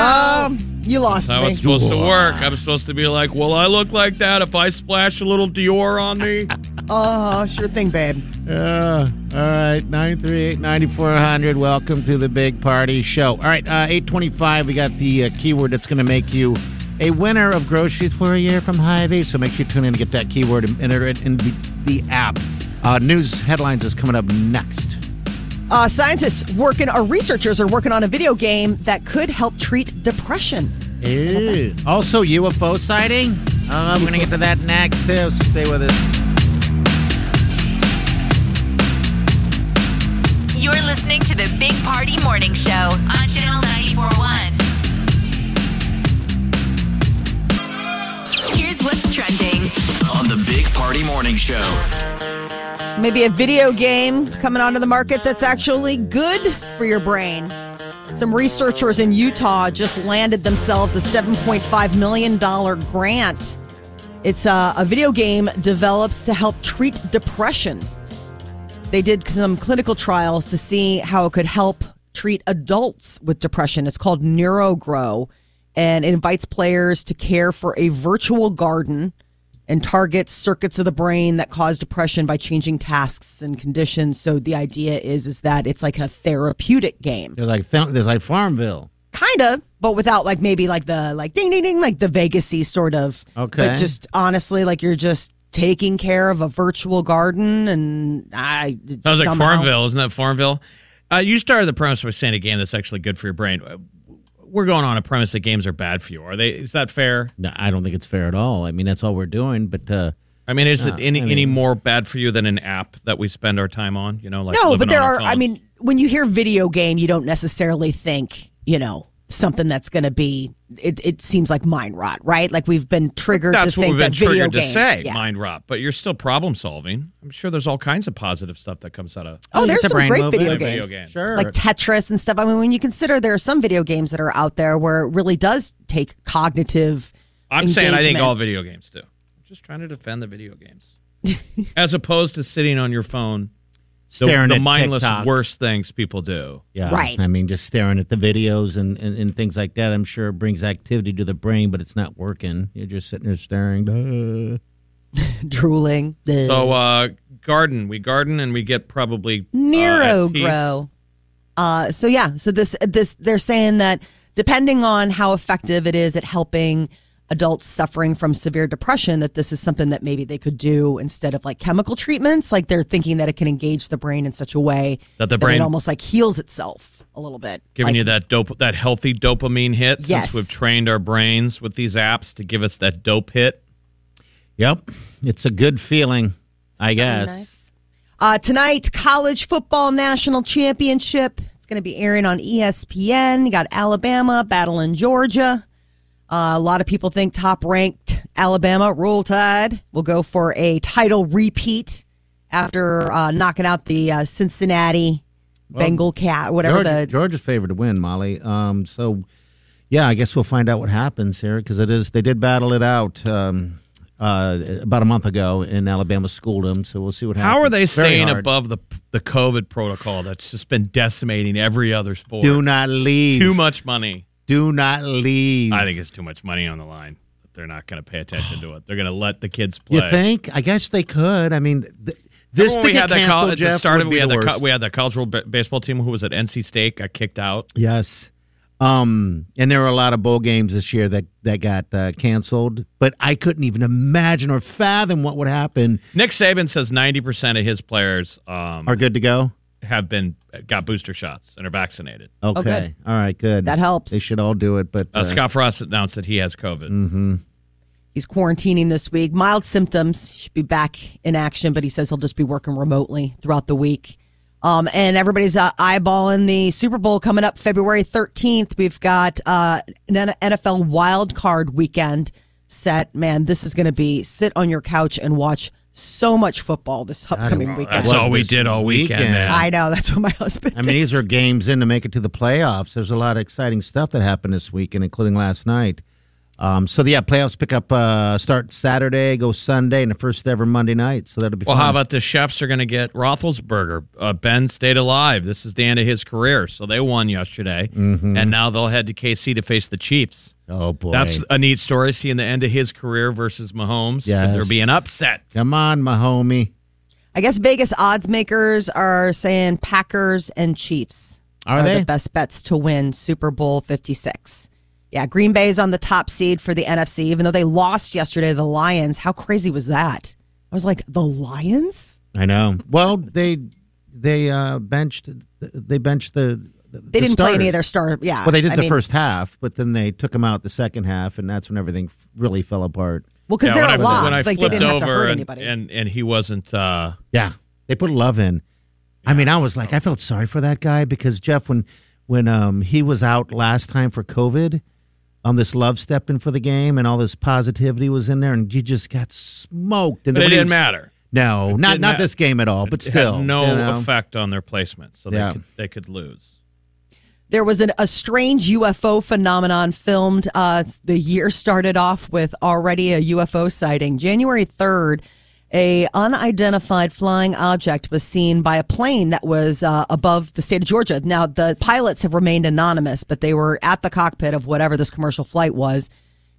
S6: Um, you lost
S5: That's how it's
S6: me.
S5: supposed to work. I'm supposed to be like, well, I look like that if I splash a little Dior on me.
S6: Oh, sure thing, babe.
S4: Uh, all right, 938 9400. Welcome to the Big Party Show. All right, uh, 825, we got the uh, keyword that's going to make you a winner of groceries for a year from Hy-Vee. So make sure you tune in and get that keyword and enter it in the, the app. Uh, news headlines is coming up next.
S6: Uh, scientists working, or researchers are working on a video game that could help treat depression.
S4: Ew. Also, UFO sighting. Uh, we're going to get to that next, too. So stay with us.
S3: You're listening to the Big Party Morning Show on Channel 941. Here's what's trending.
S7: On the Big Party Morning Show.
S6: Maybe a video game coming onto the market that's actually good for your brain. Some researchers in Utah just landed themselves a $7.5 million grant. It's a, a video game developed to help treat depression. They did some clinical trials to see how it could help treat adults with depression. It's called NeuroGrow, and it invites players to care for a virtual garden and targets circuits of the brain that cause depression by changing tasks and conditions. So the idea is is that it's like a therapeutic game
S4: There's like, th- there's like Farmville.
S6: kind of but without like maybe like the like ding ding ding like the vegasy sort of
S4: Okay.
S6: but just honestly like you're just taking care of a virtual garden and i
S5: Sounds like
S6: somehow-
S5: Farmville, isn't that Farmville? Uh, you started the premise by saying a game that's actually good for your brain. Uh, We're going on a premise that games are bad for you. Are they? Is that fair?
S4: No, I don't think it's fair at all. I mean, that's all we're doing, but. Uh,
S5: I mean, is it any,
S4: I mean-
S5: any more bad for you than an app that we spend our time on? You know, like
S6: no
S5: living
S6: but there
S5: on our
S6: are i
S5: phones?
S6: mean when you hear video game you don't necessarily think you know something that's going to be it, it seems like mind rot right like we've been triggered
S5: that's
S6: to
S5: what
S6: think
S5: we've been
S6: that video
S5: triggered to
S6: games
S5: say,
S6: yeah.
S5: mind rot. But you're still problem solving. I'm sure there's all kinds of positive stuff that comes out of
S6: oh
S4: you
S6: there's
S4: get the
S6: some
S4: brain
S6: great
S4: moving.
S6: video
S5: Play video
S6: games
S5: games.
S4: Sure.
S6: like Tetris and stuff. I mean, when you consider there are some video games that are out there where it really does take cognitive.
S5: I'm saying I think
S6: engagement.
S5: all video games do. I'm just trying to defend the video games, as opposed to sitting on your phone, the,
S4: Staring
S5: the
S4: at
S5: mindless
S4: TikTok.
S5: worst things people do.
S4: Yeah.
S6: Right.
S4: I mean, just staring at the videos and, and, and things like that, I'm sure it brings activity to the brain, but it's not working. You're just sitting there staring. Uh,
S6: drooling.
S5: So uh, garden, we garden and we get probably uh,
S6: Neuro
S5: at peace.
S6: grow. Uh, so yeah, so this this they're saying that depending on how effective it is at helping adults suffering from severe depression, that this is something that maybe they could do instead of like chemical treatments. Like they're thinking that it can engage the brain in such a way
S5: That the
S6: it
S5: brain-
S6: almost like heals itself a little bit.
S5: Giving
S6: Like-
S5: you that dope, that healthy dopamine hit. Since
S6: Yes.
S5: we've trained our brains with these apps to give us that dope hit.
S4: yep. It's a good feeling, I guess.
S6: Uh, tonight, college football national championship. It's going to be airing on E ESPN. You got Alabama battling Georgia. Uh, a lot of people think top ranked Alabama, Roll Tide, will go for a title repeat after uh, knocking out the uh, Cincinnati Bengal cat, whatever
S4: Georgia,
S6: the
S4: Georgia's favored to win, Molly. Um, so, yeah, I guess we'll find out what happens here because it is they did battle it out um, uh, about a month ago in Alabama schooldom. So we'll see what happens.
S5: How are they
S4: Very
S5: staying
S4: hard.
S5: above the the COVID protocol that's just been decimating every other sport?
S4: Do not leave.
S5: too much money.
S4: Do not leave.
S5: I think it's too much money on the line. They're not going to pay attention to it. They're going to let the kids play.
S4: You think? I guess they could. I mean, th- this to
S5: Remember when we
S4: get
S5: had that
S4: canceled,
S5: col- at
S4: Jeff,
S5: the start
S4: would
S5: of it,
S4: be
S5: we had
S4: the
S5: that co-
S4: worst.
S5: we had that cultural b- baseball team who was at NC State got kicked out.
S4: Yes. Um, and there were a lot of bowl games this year that that got uh, canceled, but I couldn't even imagine or fathom what would happen.
S5: Nick Saban says ninety percent of his players um,
S4: Are good to go?
S5: have been got booster shots and are vaccinated.
S4: Okay.
S6: Oh, good.
S4: All right. Good.
S6: That helps.
S4: They should all do it, but
S5: Uh, Scott Frost announced that he has COVID.
S6: he's quarantining this week. Mild symptoms should be back in action, but he says he'll just be working remotely throughout the week. Um, and everybody's uh, eyeballing the Super Bowl coming up February 13th. We've got uh, an NFL wild card weekend set. Man, this is going to be sit on your couch and watch so much football this upcoming weekend.
S5: That's all we
S4: this
S5: did all weekend.
S4: weekend.
S5: man.
S6: I know. That's what my husband
S4: I mean, these are games in to make it to the playoffs. There's a lot of exciting stuff that happened this weekend, including last night. Um, so yeah, playoffs pick up uh, start Saturday, go Sunday, and the first ever Monday night. So that'll be
S5: Well,
S4: fun.
S5: how about the chefs are going to get Roethlisberger? Uh, ben stayed alive. This is the end of his career, so they won yesterday, and now they'll head to KC to face the Chiefs.
S4: Mm-hmm. oh boy,
S5: That's a neat story. Seeing the end of his career versus Mahomes.
S4: Yes.
S5: They're being upset.
S4: come on, my homie.
S6: I guess Vegas odds makers are saying Packers and Chiefs
S4: Are they?
S6: the best bets to win Super Bowl 56. Yeah, Green Bay is on the top seed for the NFC, even though they lost yesterday to the Lions. How crazy was that? I was like, the Lions?
S4: I know. Well, they they uh, benched they benched the. the
S6: They didn't play any of their star. Yeah.
S4: Well, they did
S6: I
S4: the
S6: mean,
S4: first half, but then they took him out the second half, and that's when everything f- really fell apart.
S6: Well, because
S5: Yeah,
S6: they're
S5: when I-
S6: alive.
S5: when I
S6: like, they
S5: flipped
S6: didn't have to
S5: over
S6: hurt
S5: and-
S6: anybody.
S5: and and he wasn't. Uh,
S4: Yeah, they put love in. I mean, I was like, I felt sorry for that guy because Jeff, when when um he was out last time for COVID, um, this love stepped in for the game, and all this positivity was in there, and you just got smoked. And
S5: but
S4: then
S5: it
S4: when he
S5: didn't
S4: was-
S5: matter.
S4: No, not
S5: didn't
S4: not
S5: ma-
S4: this game at all, but
S5: It had
S4: still,
S5: no
S4: you know.
S5: effect on their placement, so
S4: Yeah.
S5: they could, they could lose.
S6: there was an, a strange UFO phenomenon filmed. Uh, the year started off with already a UFO sighting. January 3rd, a unidentified flying object was seen by a plane that was uh, above the state of Georgia. Now, the pilots have remained anonymous, but they were at the cockpit of whatever this commercial flight was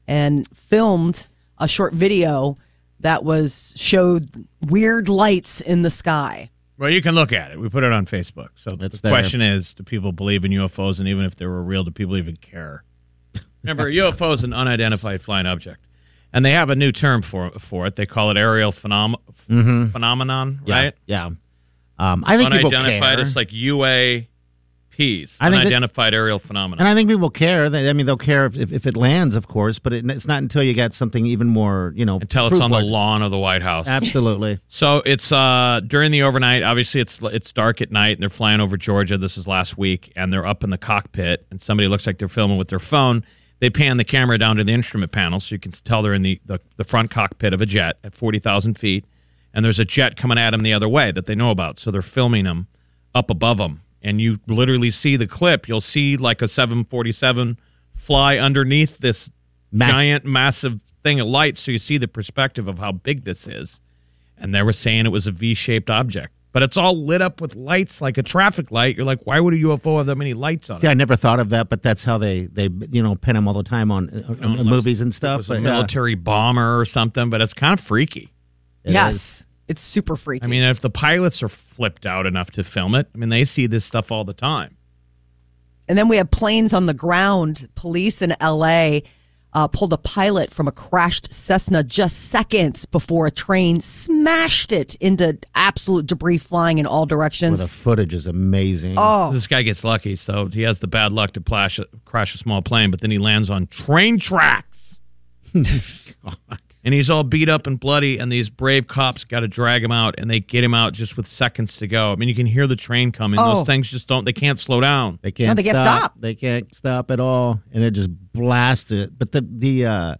S6: and filmed a short video that was showed weird lights in the sky.
S5: Well, you can look at it. We put it on Facebook. So
S4: It's
S5: the
S4: there.
S5: question is, do people believe in UFOs? And even if they were real, do people even care? Remember, UFO is an unidentified flying object, and they have a new term for for it. They call it aerial phenom- phenomenon,
S4: Mm-hmm. yeah,
S5: right?
S4: Yeah, um, I think people
S5: Unidentified.
S4: care.
S5: It's like UAPs,
S4: I think that-
S5: unidentified aerial phenomena.
S4: And I think people care. They- I mean, they'll care if, if it lands, of course, but it, it's not until you got something even more, you know,
S5: until it's on the
S4: proof-wise.
S5: lawn of the White House.
S4: Absolutely.
S5: So it's uh, during the overnight. Obviously, it's it's dark at night, and they're flying over Georgia. This is last week, and they're up in the cockpit, and somebody looks like they're filming with their phone. They pan the camera down to the instrument panel, so you can tell they're in the the, the front cockpit of a jet at forty thousand feet, and there's a jet coming at them the other way that they know about. So they're filming them up above them, and you literally see the clip. You'll see like a seven forty seven fly underneath this
S4: Mass-
S5: giant, massive thing of light, so you see the perspective of how big this is and they were saying it was a V-shaped object. But it's all lit up with lights like a traffic light. You're like, why would a UFO have that many lights on
S4: See,
S5: it?
S4: I never thought of that, but that's how they they you know pin them all the time on uh, uh,
S5: unless
S4: movies and
S5: It
S4: stuff.
S5: was a
S4: but, yeah,
S5: military bomber or something, but it's kind of freaky.
S4: it
S6: yes.
S4: is.
S6: It's super freaky.
S5: I mean, if the pilots are flipped out enough to film it, I mean, they see this stuff all the time.
S6: And then we have planes on the ground. Police in LA uh, pulled a pilot from a crashed Cessna just seconds before a train smashed it into absolute debris flying in all directions.
S4: Well, the footage is amazing.
S6: Oh.
S5: This guy gets lucky, so he has the bad luck to plash, crash a small plane, but then he lands on train tracks. and he's all beat up and bloody, and these brave cops got to drag him out, and they get him out just with seconds to go. I mean, you can hear the train coming.
S6: Oh.
S5: Those things just don't, they can't slow down.
S4: They can't.
S6: they can't stop.
S4: They can't stop at all, and it just blasted. it. But the the uh,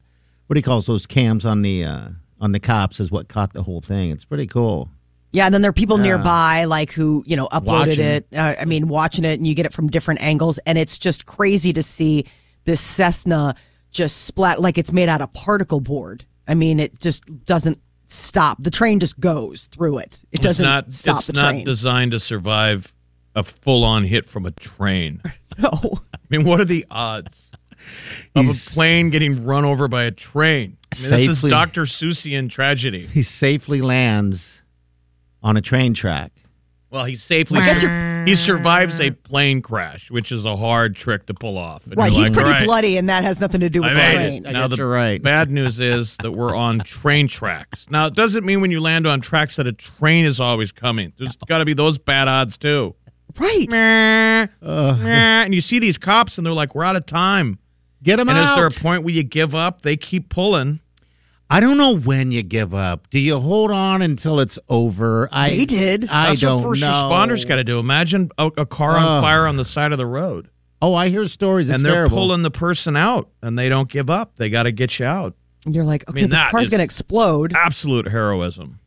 S4: what he calls those cams on the uh, on the cops is what caught the whole thing. It's pretty cool.
S6: Yeah, and then there are people nearby, like who you know uploaded
S4: Watching.
S6: it. Uh, I mean, watching it, and you get it from different angles, and it's just crazy to see this Cessna just splat like it's made out of particle board. I mean, it just doesn't stop. The train just goes through it. It
S5: It's
S6: doesn't
S5: not.
S6: stop
S5: It's
S6: the
S5: not
S6: train.
S5: designed to survive a full-on hit from a train.
S6: no.
S5: I mean, what are the odds of a
S4: He's-
S5: plane getting run over by a train? I mean, this is
S4: Safely.
S5: Dr. Seussian tragedy.
S4: He safely lands on a train track.
S5: Well, he safely
S4: guess
S5: he survives a plane crash, which is a hard trick to pull off. And
S6: Right,
S5: you're
S6: he's
S5: like,
S6: pretty
S5: "All right,
S6: bloody, and that has nothing to do with
S5: I
S6: the
S5: made
S6: train.
S5: it.
S4: I
S5: Now
S4: guess
S5: the
S4: you're right.
S5: bad news is that we're on train tracks. Now it doesn't mean when you land on tracks that a train is always coming. There's got to be those bad odds too.
S6: Right.
S5: Meh, meh. and you see these cops, and they're like, "We're out of time."
S4: Get him
S5: and
S4: out.
S5: is there a point where you give up? They keep pulling.
S4: I don't know when you give up. Do you hold on until it's over? I
S6: They did.
S4: I
S5: That's
S4: don't
S5: what first
S4: know.
S5: responders got to do. Imagine a, a car on fire on the side of the road,
S4: Oh, I hear stories. It's
S5: and they're
S4: terrible.
S5: pulling the person out, and they don't give up. They got to get you out.
S6: And you're like, okay,
S5: mean,
S6: this
S5: that
S6: car's
S5: is-
S6: going to explode.
S5: Absolute heroism.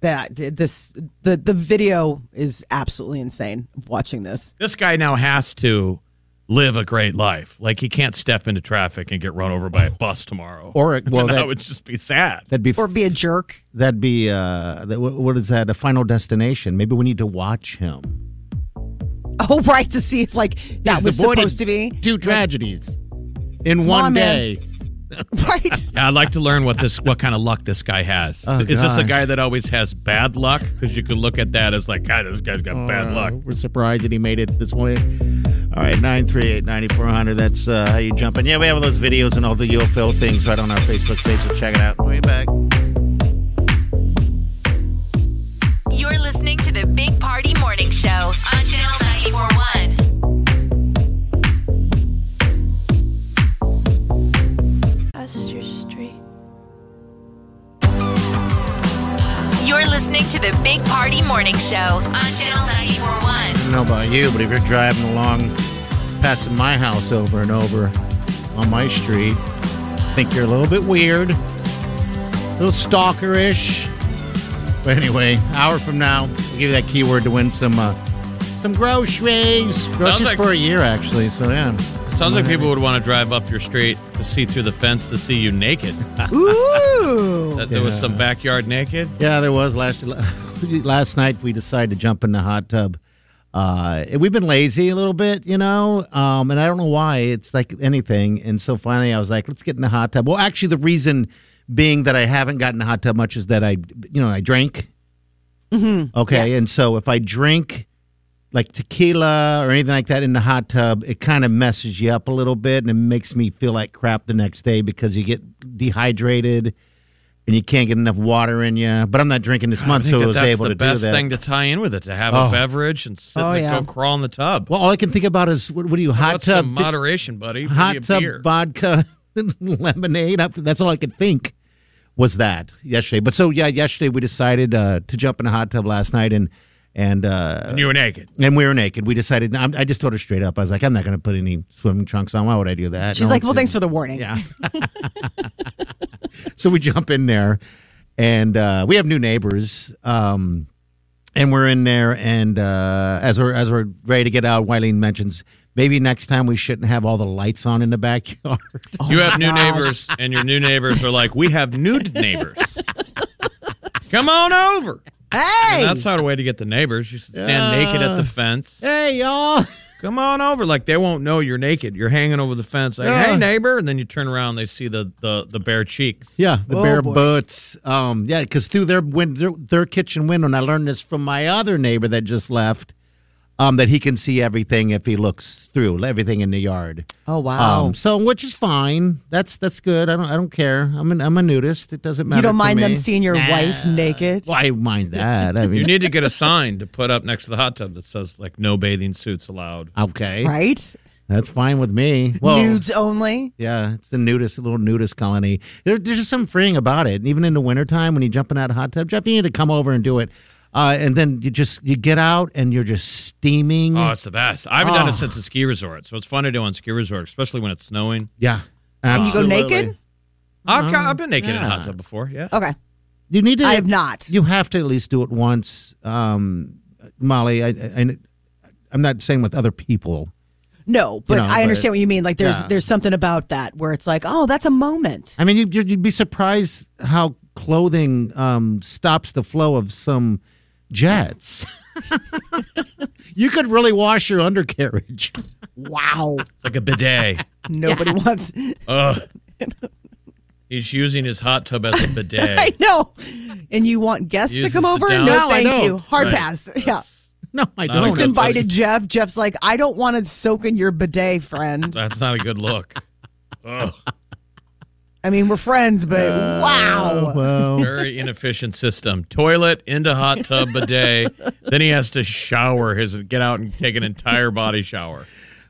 S6: that this the the video is absolutely insane. of Watching this,
S5: This guy now has to live a great life. Like he can't step into traffic and get run over by a bus tomorrow.
S4: Or it- well,
S5: And that,
S4: that-
S5: would just be sad.
S4: That'd be,
S6: or be a jerk.
S4: that'd be uh that, wh- what is that? A final destination. Maybe we need to watch him.
S6: Oh, right, to see if like that
S4: He's
S6: was
S4: avoided
S6: supposed to be
S4: two tragedies in one
S6: on, man.
S4: day.
S6: right.
S5: Yeah, I'd like to learn what this, what kind of luck this guy has.
S4: Oh,
S5: Is this a
S4: gosh.
S5: guy that always has bad luck? Because you could look at that as like, God, this guy's got bad
S4: Uh,
S5: luck.
S4: We're surprised that he made it this way. All right, 938 9400. That's uh, how you jump in. Yeah, we have all those videos and all the UFO things right on our Facebook page, so check it out. We'll be back.
S3: You're listening to the Big Party Morning Show on Channel 941.
S8: Astor Street.
S3: You're listening to the Big Party Morning Show on Channel 941.
S4: I don't know about you, but if you're driving along, passing my house over and over on my street, I think you're a little bit weird, a little stalkerish. But anyway, hour from now, we'll give you that keyword to win some uh, some groceries. Groceries
S5: like-
S4: for a year, actually. So yeah,
S5: Sounds like people would want to drive up your street to see through the fence to see you naked.
S6: Ooh,
S5: that there was
S4: Yeah.
S5: some backyard naked.
S4: yeah, there was last last night. We decided to jump in the hot tub. Uh, and we've been lazy a little bit, you know, um, and I don't know why. It's like anything. And so finally, I was like, let's get in the hot tub. Well, actually, the reason being that I haven't gotten in the hot tub much is that I, you know, I drank. Mm-hmm. Okay, and so if I drink like tequila or anything like that in the hot tub, it kind of messes you up a little bit, and it makes me feel like crap the next day because you get dehydrated and you can't get enough water in you. But I'm not drinking this
S5: I
S4: month,
S5: think
S4: so
S5: that
S4: I was
S5: that's
S4: able
S5: the
S4: to
S5: best
S4: do that.
S5: thing to tie in with it to have
S4: Oh.
S5: a beverage and sit
S6: Oh,
S5: and
S6: yeah.
S5: go crawl in the tub.
S4: Well, all I can think about is what, what do you hot
S5: That's some
S4: tub, di-
S5: moderation, buddy. Give me a
S4: hot tub
S5: beer.
S4: vodka, lemonade. I- That's all I could think was that yesterday. But so yeah, yesterday we decided uh, to jump in a hot tub last night and and uh,
S5: and you were naked.
S4: and we were naked. We decided. I'm, I just told her straight up. I was like, I'm not going to put any swimming trunks on. Why would I do that?
S6: she's
S4: No
S6: like, well,
S4: one's-
S6: thanks for the warning.
S4: Yeah. so we jump in there, and uh, we have new neighbors. Um, and we're in there, and uh, as we're as we're ready to get out, Wileen mentions maybe next time we shouldn't have all the lights on in the backyard.
S6: Oh.
S5: you have new
S6: gosh.
S5: neighbors, and your new neighbors are like, we have nude neighbors. Come on over.
S6: Hey,
S5: And that's not a way to get the neighbors. You should stand naked at the fence.
S4: hey, y'all!
S5: Come on over. Like they won't know you're naked. You're hanging over the fence. Like,
S4: Yeah.
S5: hey neighbor, and then you turn around, they see the the, the bare cheeks.
S4: Yeah, the
S6: Oh,
S4: bare
S6: boy.
S4: butts. Um, yeah, because through their, win- their their kitchen window, and I learned this from my other neighbor that just left. Um, that he can see everything if he looks through everything in the yard.
S6: oh wow,
S4: Um, so which is fine. That's that's good. I don't I don't care. I'm an, I'm a nudist. It doesn't matter.
S6: you don't
S4: to
S6: mind
S4: me.
S6: them seeing your wife naked?
S4: Well, I mind that. I
S5: You
S4: mean,
S5: need to get a sign to put up next to the hot tub that says like no bathing suits allowed.
S4: okay,
S6: Right,
S4: that's fine with me. Well,
S6: nudes only.
S4: yeah, it's a nudist, a little nudist colony. There, there's just something freeing about it. And even in the wintertime when you jump in that hot tub, Jeff, you need to come over and do it. Uh, and then you just you get out and you're just steaming.
S5: Oh, it's the best. I haven't done
S4: Oh.
S5: it since the ski resort, so it's fun to do on ski resort, especially when it's snowing.
S4: yeah,
S6: you go
S4: absolutely.
S6: naked?
S5: I've, got, I've been naked in a hot
S4: Uh-huh. yeah.
S5: tub before. Yeah.
S6: Okay,
S4: You need to.
S6: I have not.
S4: You have to at least do it once, um, Molly. I, I, I'm not saying with other people.
S6: No, but
S4: know,
S6: I
S4: but-
S6: understand what you mean. Like there's
S4: Yeah.
S6: there's something about that where it's like, oh, that's a moment.
S4: I mean, you, you'd be surprised how clothing um, stops the flow of some jets. you could really wash your undercarriage.
S6: Wow.
S5: It's like a bidet.
S6: Nobody wants.
S5: Ugh. He's using his hot tub as a bidet.
S6: I know. And you want guests to
S5: Uses
S6: come
S5: the
S6: over?
S5: down-
S6: No,
S4: No, I
S6: thank
S4: don't.
S6: you. Hard
S5: Right.
S6: pass. Yeah.
S4: No, I
S5: Not a
S4: don't.
S6: Just
S5: good
S6: invited
S5: that's-
S6: Jeff. Jeff's like, I don't want to soak in your bidet, friend.
S5: That's not a good look. Ugh.
S6: I mean, we're friends, but wow.
S4: Oh, Well,
S5: Very inefficient system. Toilet into hot tub bidet. then he has to shower his get out and take an entire body shower.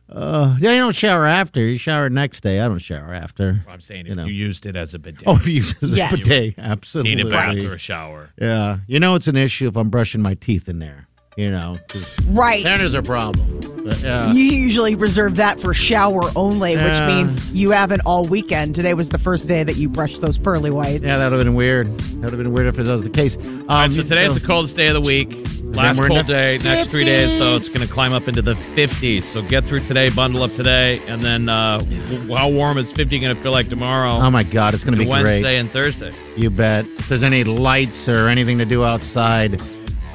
S4: yeah, you don't shower after. You shower next day. I don't shower after.
S5: I'm saying if
S4: You
S5: you,
S4: know.
S5: used it as a bidet,
S4: Oh, if you use it as
S6: Yes.
S4: a bidet,
S5: you
S4: absolutely.
S5: need a bath or a shower.
S4: Yeah, you know it's an issue if I'm brushing my teeth in there. You know, 'cause
S6: Right.
S4: that is a problem. But, yeah.
S6: You usually reserve that for shower only,
S4: Yeah.
S6: which means you haven't all weekend. Today was the first day that you brushed those pearly whites.
S4: Yeah, that would have been weird. That would have been weird if that was the case. Um,
S5: All right, so today's the coldest day of the week. Last
S4: we're in
S5: cold
S4: the
S5: day. Next three days, though, it's going to climb up into the 50s. So get through today, bundle up today, and then uh, w- how warm is 50 going to feel like tomorrow?
S4: Oh my God, it's going to
S5: and
S4: be
S5: Wednesday
S4: great.
S5: and Thursday.
S4: You bet. If there's any lights or anything to do outside,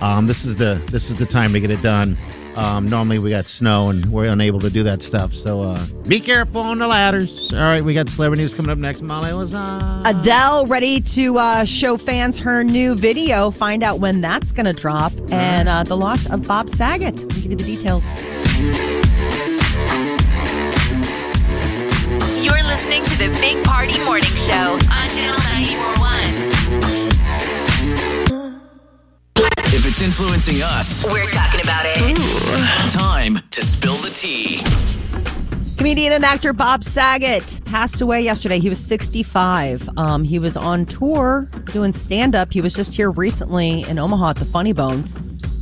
S4: um, this is the this is the time to get it done. Um, normally we got snow and we're unable to do that stuff. So uh, be careful on the ladders. All right, we got celebrity news coming up next. Molly was on.
S6: Uh, Adele ready to uh, show fans her new video. Find out when that's going to drop, and uh, the loss of Bob Saget. We'll give you the details.
S3: You're listening to the Big Party Morning Show on Channel 941.
S7: If it's influencing us,
S3: We're talking about it.
S7: time to spill the tea.
S6: Comedian and actor Bob Saget passed away yesterday. He was 65. Um, he was on tour doing stand up. He was just here recently in Omaha at the Funny Bone.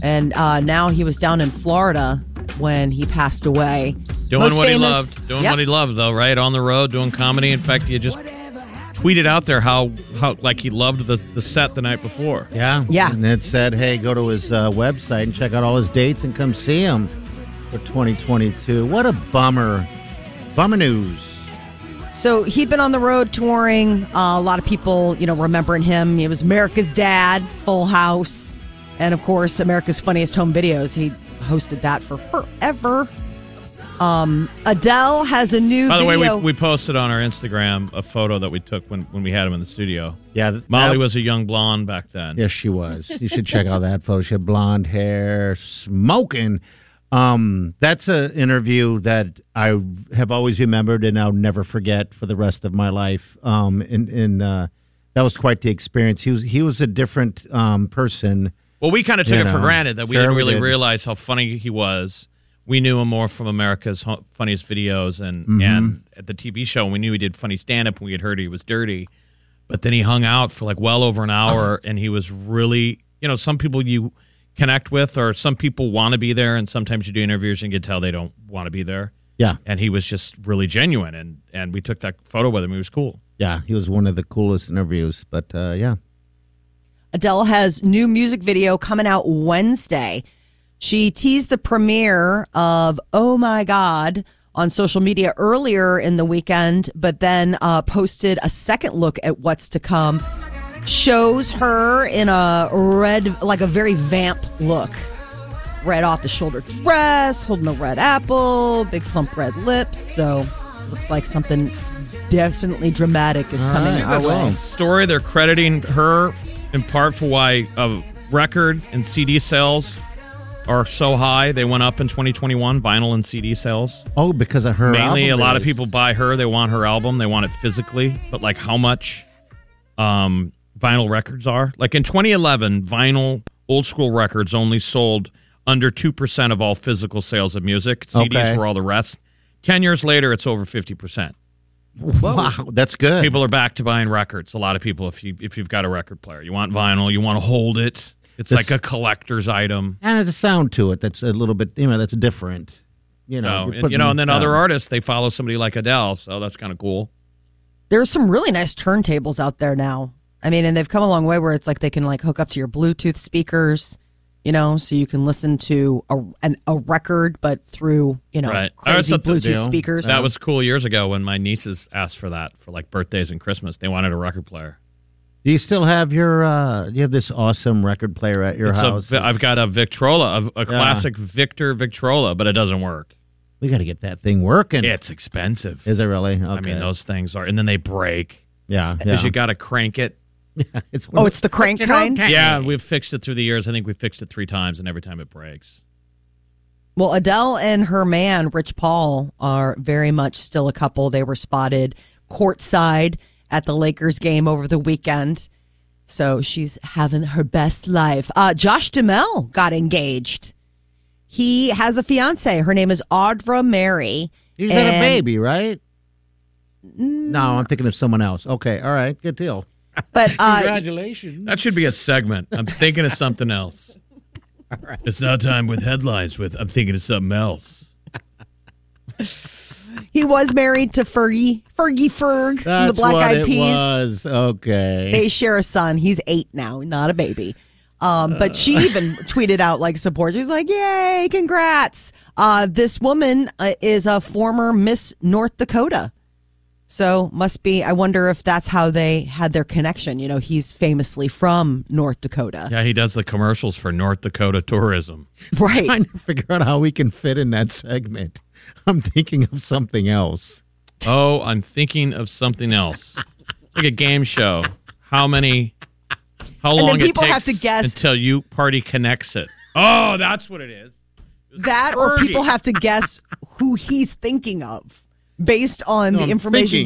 S6: And uh, now he was down in Florida when he passed away.
S5: Doing
S6: Most
S5: what he
S6: famous-
S5: loved. Doing
S6: Yep.
S5: what he loved, though, right? On the road, doing comedy. In fact, he just tweeted out there how, how like he loved the, the set the night before.
S4: Yeah.
S6: Yeah.
S4: And it said, hey, go to his uh, website and check out all his dates and come see him for 2022. What a bummer. Bummer news.
S6: So he'd been on the road touring. Uh, a lot of people, you know, remembering him. He was America's Dad, Full House, and of course, America's Funniest Home Videos. He hosted that for forever. Um, Adele has a new
S5: By the way,
S6: video.
S5: we, we posted on our Instagram a photo that we took when, when we had him in the studio.
S4: Yeah. th-
S5: Molly
S4: that-
S5: was a young blonde back then.
S4: Yes, she was. You should check out that photo. She had blonde hair, smoking. Um, that's an interview that I have always remembered and I'll never forget for the rest of my life. Um, and, and uh, that was quite the experience. He was he was a different um, person.
S5: Well, we kind of took
S4: You
S5: it for
S4: know,
S5: granted that we
S4: sure
S5: didn't
S4: we
S5: really
S4: did.
S5: realize how funny he was. We knew him more from America's Ho- Funniest Videos and
S4: Mm-hmm.
S5: and at the TV show. We knew he did funny stand up, and we had heard he was dirty, but then he hung out for like well over an
S4: Oh.
S5: hour, and he was really you know some people you connect with, or some people want to be there, and sometimes you do interviews and you can tell they don't want to be there.
S4: Yeah.
S5: And he was just really genuine, and and we took that photo with him. He was cool.
S4: Yeah. He was one of the coolest interviews. But uh, yeah.
S6: Adele has new music video coming out Wednesday. She teased the premiere of Oh My God on social media earlier in the weekend, but then uh, posted a second look at what's to come. Shows her in a red, like a very vamp look. Red off the shoulder dress, holding a red apple, big plump red lips. So looks like something definitely dramatic is coming our way.
S5: story. They're crediting her in part for why uh, record and CD sales are so high. They went up in 2021, vinyl and CD sales.
S4: Oh, because of her.
S5: Mainly, a
S4: album
S5: lot of
S4: release.
S5: people buy her. They want her album. They want it physically. But like, how much um, vinyl records are? Like in 2011, vinyl old school records only sold under two percent of all physical sales of music. CDs
S4: Okay.
S5: were all the rest. Ten years later, it's over fifty percent
S4: Wow, that's good.
S5: people are back to buying records. A lot of people, if you if you've got a record player, you want vinyl, you want to hold it. It's
S4: This-
S5: like a collector's item.
S4: and there's a sound to it that's a little bit, you know, that's different. You know,
S5: So,
S4: you're
S5: and, Oh, you know, and then
S4: putting-
S5: other
S4: uh,
S5: artists they follow somebody like Adele, so that's kind of cool.
S6: There's some really nice turntables out there now. I mean, and they've come a long way where it's like they can like hook up to your Bluetooth speakers, you know, so you can listen to a an, a record, but through you know
S5: Right. I always
S6: crazy
S5: thought that-
S6: Bluetooth
S4: Yeah.
S6: speakers.
S5: That was cool years ago when my nieces asked for that for like birthdays and Christmas. They wanted a record player.
S4: Do you still have your? uh You have this awesome record player at your
S5: It's a,
S4: house.
S5: Vi- I've got a Victrola, a, a classic Victor Victrola, but it doesn't work.
S4: we got to get that thing working.
S5: It's expensive.
S4: Is it really? Okay.
S5: I mean, those things are, and then they break
S4: Yeah, yeah.
S5: because you got to crank it.
S4: it's one
S6: oh,
S4: of-
S6: it's the crank kind.
S5: Yeah, we've fixed it through the years. I think we fixed it three times, and every time it breaks.
S6: Well, Adele and her man, Rich Paul, are very much still a couple. They were spotted courtside at the Lakers game over the weekend. So she's having her best life. Uh, Josh Duhamel got engaged. He has a fiance. Her name is Audra Mary.
S4: He's had a
S6: And- Mm.
S4: baby, right? No, I'm thinking of someone else. Okay, all right, good deal.
S6: But uh,
S4: Congratulations.
S5: That should be a segment. I'm thinking of something else. It's now time with headlines. With I'm thinking of something else.
S6: he was married to Fergie, Fergie Ferg, from
S4: That's
S6: the Black
S4: what
S6: Eyed
S4: it
S6: Peas.
S4: was. Okay.
S6: they share a son. He's eight now, not a baby. Um, but she even tweeted out like support. She was like, "Yay, congrats!" Uh, this woman uh, is a former Miss North Dakota, so must be. I wonder if that's how they had their connection. You know, he's famously from North Dakota,
S5: Yeah, he does the commercials for North Dakota tourism.
S6: right?
S4: trying to figure out how we can fit in that segment. I'm thinking of something else.
S5: Oh, I'm thinking of something else. Like a game show. How many? How
S6: And then
S5: long
S6: people
S5: it
S6: have
S5: takes
S6: to guess-
S5: until you party connects it? Oh, that's what it is.
S6: That or
S5: Fergie.
S6: people have to guess who he's thinking of based on the
S4: I'm
S6: information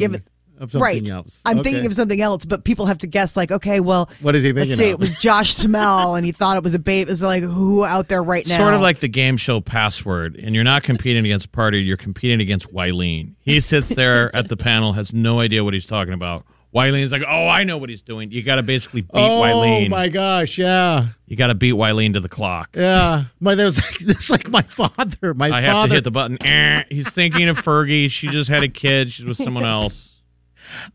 S4: thinking
S6: given.
S4: of something
S6: right.
S4: else.
S6: I'm
S4: Okay.
S6: thinking of something else, but people have to guess. Like, okay, well,
S4: What is he thinking
S6: Let's say
S4: of?
S6: it was Josh Tamel, and he thought it was a babe. It's like who out there right now?
S5: Sort of like the game show password, and you're not competing against Party, you're competing against Wyleen. He sits there at the panel, has no idea what he's talking about. Wylene's like, oh, I know what he's doing. You got to basically beat
S4: Oh
S5: Wyleen.
S4: my gosh! Yeah,
S5: You got to beat Wyleen to the clock.
S4: yeah. My there's like, that's like my father. My
S5: I
S4: father.
S5: have to hit the button. Eh, he's thinking of Fergie. She just had a kid. She's with someone else.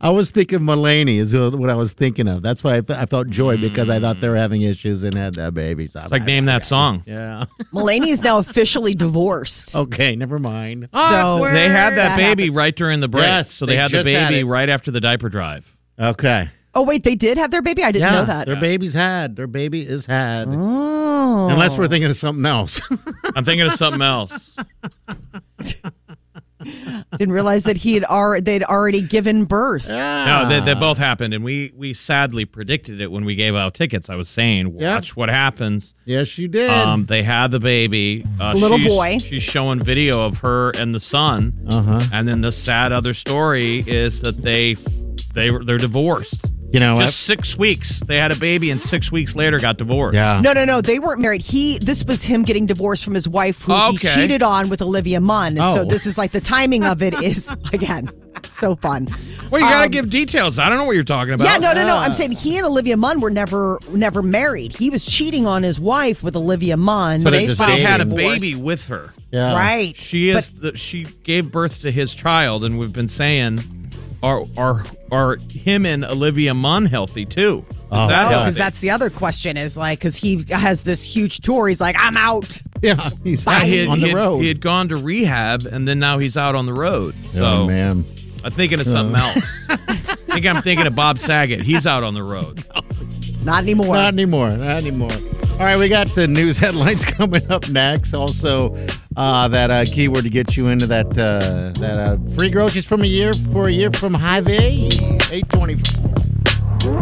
S4: I was thinking Mulaney is what I was thinking of. That's why I, fe- I felt joy because I thought they were having issues and had that baby. So I'm
S5: Mm. It's like name that song.
S4: yeah.
S6: Mulaney is now officially divorced.
S4: okay, never mind. Ah!
S6: So
S5: Oh, They had that
S6: That
S5: baby right during the break.
S4: Yes,
S5: so they,
S4: they
S5: had the
S4: just had
S5: baby
S4: it.
S5: right after the diaper drive.
S4: Okay.
S6: oh wait, they did have their baby. I didn't know that.
S4: Their baby's had. Their baby is had.
S6: Oh.
S4: Unless we're thinking of something else.
S5: I'm thinking of something else.
S6: Didn't realize that he had already they'd already given birth.
S5: No, they,
S6: Ah.
S5: they both happened, and we we sadly predicted it when we gave out tickets. I was saying,
S4: Yeah.
S5: watch what happens.
S4: yes, you did.
S5: Um, they had the baby, uh,
S6: Little
S5: she's-
S6: boy.
S5: She's showing video of her and the son,
S4: Uh-huh.
S5: and then the sad other story is that they they were- they're divorced.
S4: you
S6: Oh,
S4: know,
S5: Just six weeks. They had a baby, and six weeks later got divorced.
S4: yeah.
S6: No, no, no. They weren't married. He this was him getting divorced from his wife who
S5: Okay.
S6: he cheated on with Olivia Munn. And so
S4: Oh.
S6: this is like the timing of it is again so fun.
S5: Well, you gotta
S6: Um,
S5: give details. I don't know what you're talking about.
S6: Yeah, no, no, no. I'm saying he and Olivia Munn were never never married. He was cheating on his wife with Olivia Munn.
S4: So they're just
S5: They
S6: filed
S5: had a
S6: divorce.
S5: baby with her.
S4: Yeah.
S6: Right.
S5: She is. the, she gave birth to his child, and we've been saying, are are are him and Olivia Munn healthy too? Is
S4: Oh,
S5: that
S4: God.
S5: healthy?
S6: Because that's the other question is like, because he has this huge tour. He's like, I'm out.
S4: Yeah. He's
S5: Yeah,
S4: out
S5: he had,
S4: on
S5: he
S4: the
S5: had-
S4: road.
S5: He had gone to rehab, and then now he's out on the road. So
S4: oh, man.
S5: I'm thinking of something else. I think I'm thinking of Bob Saget. He's out on the road.
S6: Not anymore.
S4: Not anymore. Not anymore. All right, we got the news headlines coming up next. Also, uh, that uh, keyword to get you into that uh, that uh, free groceries from a year for a year from High A, eight twenty five.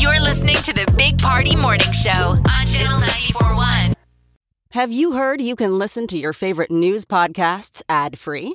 S3: You're listening to the Big Party Morning Show on Channel 941.
S9: Have you heard you can listen to your favorite news podcasts ad free?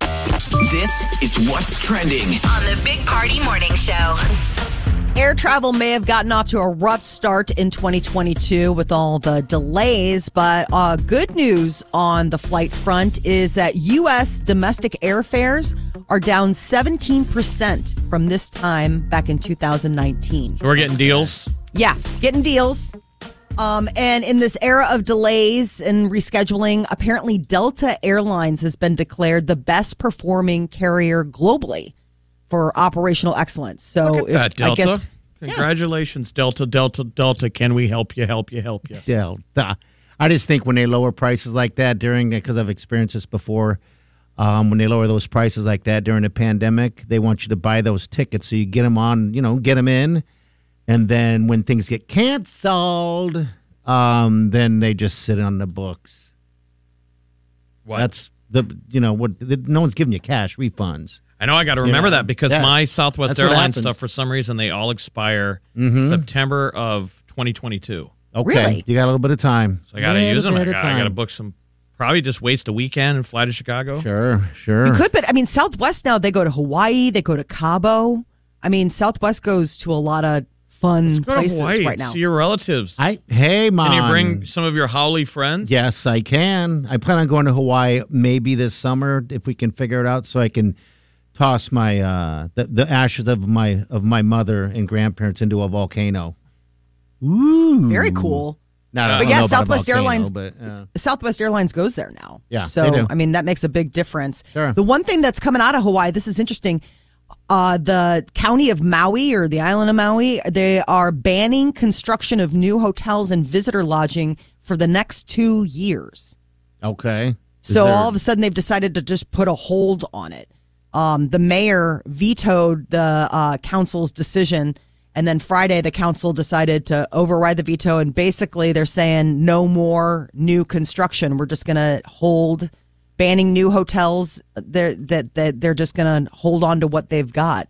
S7: This is what's trending.
S3: on the Big Party Morning Show.
S6: Air travel may have gotten off to a rough start in 2022 with all the delays, but uh, good news on the flight front is that U.S. domestic airfares are down 17% from this time back in 2019.
S5: So we're getting deals.
S6: Yeah, getting deals. Um, and in this era of delays and rescheduling, apparently Delta Airlines has been declared the best performing carrier globally for operational excellence. So
S5: Look at
S6: if-
S5: that,
S6: I
S5: Delta.
S6: guess
S5: Congratulations, Delta, Delta, Delta. Can we help you? Help you? Help you?
S4: Delta. I just think when they lower prices like that during, because I've experienced this before, um, when they lower those prices like that during the pandemic, they want you to buy those tickets so you get them on, you know, get them in, and then when things get canceled, um, then they just sit on the books.
S5: What?
S4: That's the you know what? The, no one's giving you cash refunds.
S5: I know I got to remember
S4: Yeah.
S5: that because
S4: Yes.
S5: my Southwest
S4: That's what
S5: Airlines
S4: happens.
S5: stuff, for some reason, they all expire
S4: Mhm.
S5: September of 2022.
S4: Okay,
S6: Really?
S4: you got a little bit of time.
S5: So I got to
S4: Little
S5: use them. I
S4: bit of
S5: got, I got to
S4: time.
S5: book some. Probably just waste a weekend and fly to Chicago.
S4: Sure, sure.
S6: You could, but I mean, Southwest now they go to Hawaii, they go to Cabo. I mean, Southwest goes to a lot of fun
S5: Go to
S6: places
S5: Hawaii.
S6: right now.
S5: See your relatives.
S4: I hey, mom.
S5: Can you bring some of your Howley friends?
S4: Yes, I can. I plan on going to Hawaii maybe this summer if we can figure it out, so I can toss my uh, the, the ashes of my of my mother and grandparents into a volcano. Ooh,
S6: Very
S5: Hmm.
S6: cool.
S4: Not,
S6: But yeah, Southwest Airlines-
S4: But uh,
S6: Southwest Airlines goes there now.
S4: Yeah,
S6: So
S4: they do.
S6: I mean that makes a big difference.
S4: Sure.
S6: The one thing that's coming out of Hawaii, this is interesting. Uh, the county of Maui or the island of Maui, they are banning construction of new hotels and visitor lodging for the next two years.
S4: okay. Is
S6: So
S4: there-
S6: all of a sudden, they've decided to just put a hold on it. Um, the mayor vetoed the uh, council's decision, and then Friday, the council decided to override the veto. And basically, they're saying no more new construction. We're just going to hold banning new hotels. They're that that they're just going to hold on to what they've got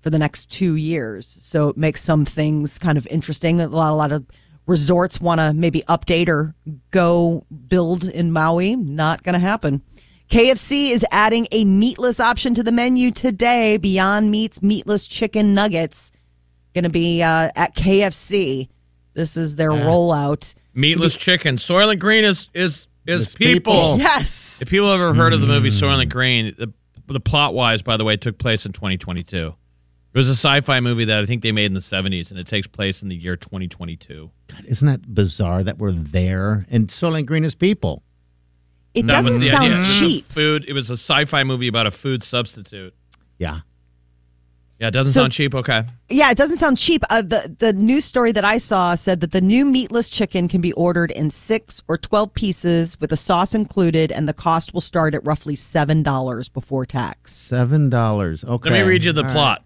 S6: for the next two years. So it makes some things kind of interesting. A lot, a lot of resorts want to maybe update or go build in Maui. Not going to happen. KFC is adding a meatless option to the menu today. Beyond Meat's meatless chicken nuggets going to be uh, at KFC. This is their rollout.
S5: Meatless chicken. Soylent Green is is is
S4: It's people. Mm.
S5: people.
S6: Yes.
S5: If people ever heard of the movie Soylent Green, the, the plot wise, by the way, took place in 2022. It was a sci-fi movie that I think they made in the 70s, and it takes place in the year 2022.
S4: God, isn't that bizarre that we're there and Soylent Green is people?
S6: It
S5: That was
S6: doesn't
S5: the
S6: sound
S5: idea.
S6: cheap.
S5: Food. It was a sci-fi movie about a food substitute.
S4: Yeah,
S5: Yeah, it doesn't
S6: So-
S5: sound cheap. Okay.
S6: Yeah, it doesn't sound cheap. Uh, the the news story that I saw said that the new meatless chicken can be ordered in six or twelve pieces with a sauce included, and the cost will start at roughly seven dollars before tax.
S4: seven dollars. Okay,
S5: Let me read you the
S4: All right.
S5: plot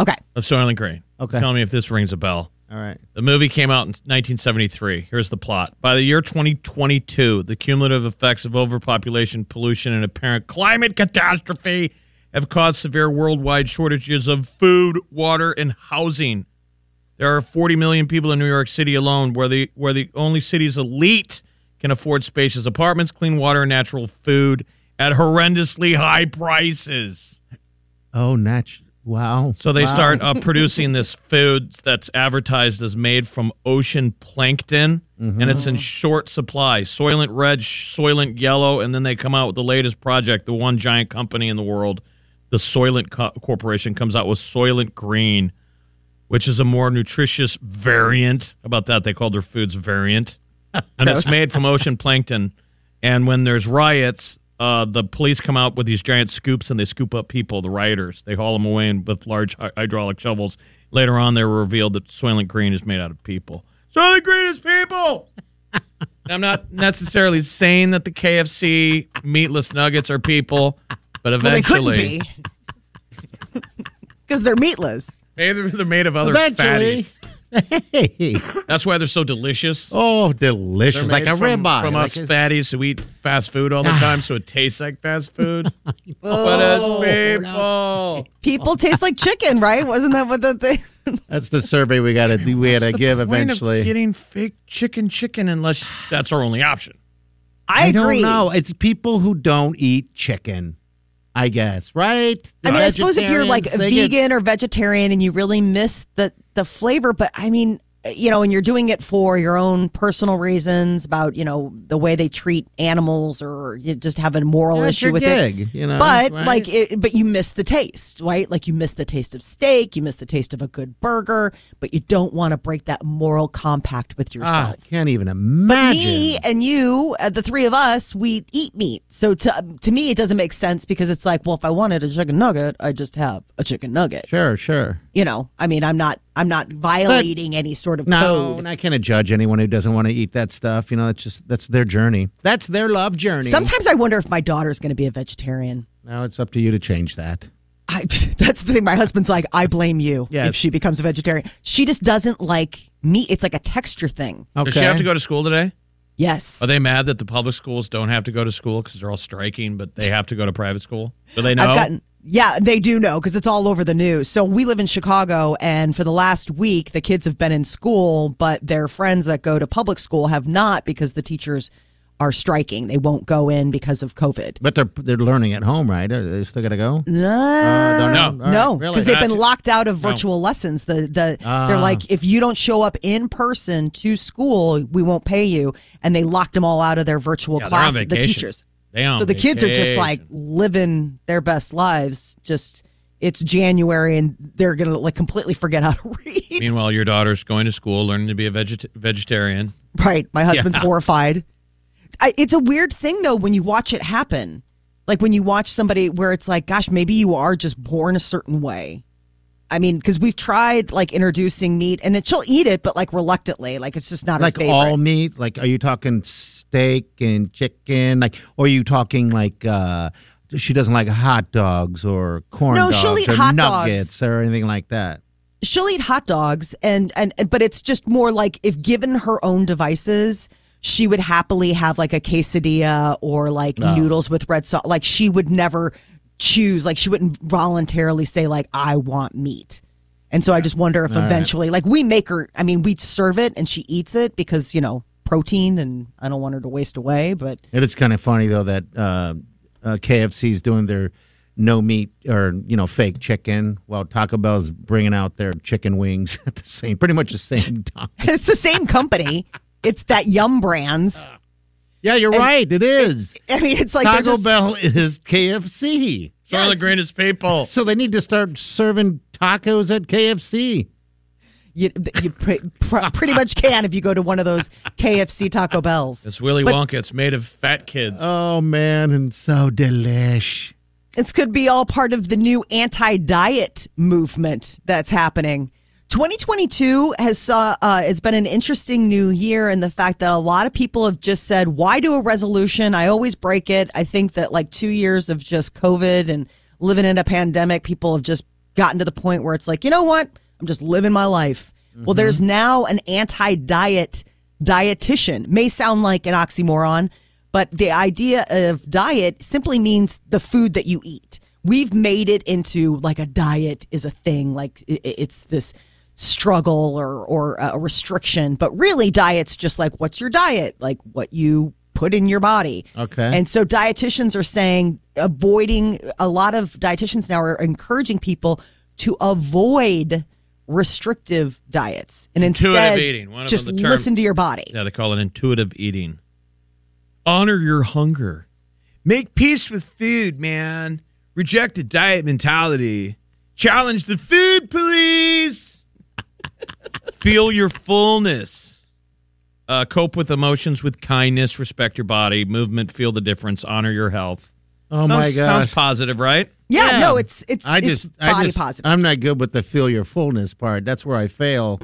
S6: Okay,
S5: of Soylent Green.
S4: Okay.
S5: Tell me if this rings a bell.
S4: All right.
S5: The movie came out in 1973. Here's the plot. By the year 2022, the cumulative effects of overpopulation, pollution, and apparent climate catastrophe have caused severe worldwide shortages of food, water, and housing. There are 40 million people in New York City alone, where the where the only city's elite can afford spacious apartments, clean water, and natural food at horrendously high prices.
S4: Oh, natural. Wow.
S5: So they
S4: Wow.
S5: start uh, producing this food that's advertised as made from ocean plankton, and it's in short supply. Soylent red, soylent yellow, and then they come out with the latest project. The one giant company in the world, the Soylent Co- Corporation, comes out with Soylent Green, which is a more nutritious variant. How about that? They called their foods variant, and it's made from ocean plankton. And when there's riots, uh, the police come out with these giant scoops and they scoop up people, the rioters. They haul them away in, with large hy- hydraulic shovels. Later on, they were revealed that Soylent Green is made out of people. Soylent Green is people! I'm not necessarily saying that the KFC meatless nuggets are people, but
S6: well they
S5: eventually.
S6: couldn't be. because they're meatless.
S5: Maybe they're- they're made of other
S4: Eventually. Hey.
S5: fatties. That's why they're so delicious.
S4: Oh, delicious.
S5: They're
S4: Like
S5: made
S4: a
S5: from,
S4: ribeye.
S5: From
S4: Like
S5: us
S4: a-
S5: fatties who eat fast food all the time, so it tastes like fast food.
S6: Oh.
S5: But it's people.
S6: People taste like chicken, right? Wasn't that what the thing?
S4: That's the survey we got to do. We had to give eventually.
S5: getting fake chicken chicken unless that's our only option.
S6: I, agree.
S4: don't know. It's people who don't eat chicken, I guess, right?
S6: I mean, I suppose if you're like
S4: Vegetarians, they
S6: vegan
S4: get-
S6: or vegetarian and you really miss the the flavor, but I mean, you know, and you're doing it for your own personal reasons about you know the way they treat animals or you just have a moral
S4: That's
S6: issue
S4: your
S6: with
S4: gig,
S6: it.
S4: you know,
S6: but
S4: right?
S6: like, it, but you miss the taste, right? Like you miss the taste of steak, you miss the taste of a good burger, but you don't want to break that moral compact with yourself.
S4: Ah, I can't even imagine.
S6: me and you, uh, the three of us, we eat meat. So to to me, it doesn't make sense because it's like, well, if I wanted a chicken nugget, I just have a chicken nugget.
S4: sure, sure.
S6: You know, I mean, I'm not I'm not violating any sort of
S4: No,
S6: code.
S4: and I can't judge anyone who doesn't want to eat that stuff. You know, it's just that's their journey. That's their love journey.
S6: Sometimes I wonder if my daughter's going to be a vegetarian.
S4: now it's up to you to change that.
S6: I, that's the thing. My husband's like, I blame you if
S4: Yes.
S6: she becomes a vegetarian. She just doesn't like meat. It's like a texture thing.
S4: Okay.
S5: Does she have to go to school today?
S6: Yes.
S5: Are they mad that the public schools don't have to go to school because they're all striking, but they have to go to private school? Do they know?
S6: I've gotten yeah, they do know because it's all over the news. So we live in Chicago, and for the last week, the kids have been in school, but their friends that go to public school have not because the teachers are striking. They won't go in because of COVID.
S4: But they're they're learning at home, right? Are they still got to go?
S6: No,
S4: don't
S5: No.
S4: know. uh, All
S6: no,
S4: right,
S6: because
S4: really?
S6: they've been
S5: Gotcha.
S6: locked out of virtual lessons. The the they're
S4: Ah.
S6: like, if you don't show up in person to school, we won't pay you, and they locked them all out of their virtual
S5: Yeah, they're on
S6: class. The
S5: vacation.
S6: teachers,
S5: They on
S6: so the kids are just
S5: vacation.
S6: like living their best lives. Just it's January and they're gonna like completely forget how to read.
S5: Meanwhile, your daughter's going to school, learning to be a veget- vegetarian.
S6: right. My husband's
S5: Yeah.
S6: horrified. I, it's a weird thing though when you watch it happen. Like when you watch somebody where it's like, gosh, maybe you are just born a certain way. I mean, because we've tried like introducing meat and it, she'll eat it, but like reluctantly. Like it's just not
S4: like
S6: her favorite.
S4: all meat? Like, are you talking steak and chicken? Like, or are you talking like uh she doesn't like hot dogs or corn
S6: No,
S4: dogs
S6: she'll eat
S4: or
S6: hot dogs.
S4: nuggets or anything like that?
S6: she'll eat hot dogs and, and and- but it's just more like if given her own devices she would happily have like a quesadilla or like noodles with red sauce like she would never choose like she wouldn't voluntarily say like i want meat and so i just wonder if eventually like we make her i mean we serve it and she eats it because you know protein and i don't want her to waste away but
S4: It is kind of funny though that uh, uh, KFC is doing their no meat or you know fake chicken, while Taco Bell's bringing out their chicken wings at the same, pretty much the same time.
S6: it's the same company it's that yum brands
S4: Yeah, you're right. It is
S6: i mean it's like they're
S4: Taco
S6: just-
S4: Bell is KFC,
S5: Some of
S6: Yes.
S5: the greatest people.
S4: so they need to start serving tacos at KFC.
S6: you, th- you pre- pr- pretty much can if you go to one of those KFC Taco Bells.
S5: It's Willy Wonka. It's made of fat kids.
S4: Oh man, and so delish.
S6: This could be all part of the new anti-diet movement that's happening. 2022 has saw uh, it's been an interesting new year in the fact that a lot of people have just said, "Why do a resolution? I always break it." I think that like two years of just COVID and living in a pandemic, people have just gotten to the point where it's like, you know what? I'm just living my life. Well, there's now an anti-diet dietitian. May sound like an oxymoron, but the idea of diet simply means the food that you eat. We've made it into like a diet is a thing, like i- i- it's this struggle or or a restriction, but really diet's just like what's your diet? Like what you put in your body.
S4: Okay.
S6: And so dietitians are saying avoiding a lot of dietitians now are encouraging people to avoid restrictive diets and instead
S5: Intuitive eating, one of
S6: just
S5: them, the term-
S6: listen to your body.
S5: Yeah, they call it intuitive eating. Honor your hunger. Make peace with food, man. Reject the diet mentality. Challenge the food police. Feel your fullness. Uh, cope with emotions with kindness. Respect your body. Movement. Feel the difference. Honor your health.
S4: Oh my
S5: Sounds- Sounds
S4: gosh.
S5: positive, right?
S6: Yeah, no, it's it's
S4: I
S6: it's
S4: just
S6: body
S4: I just,
S6: positive.
S4: I'm not good with the feel your fullness part. That's where I fail.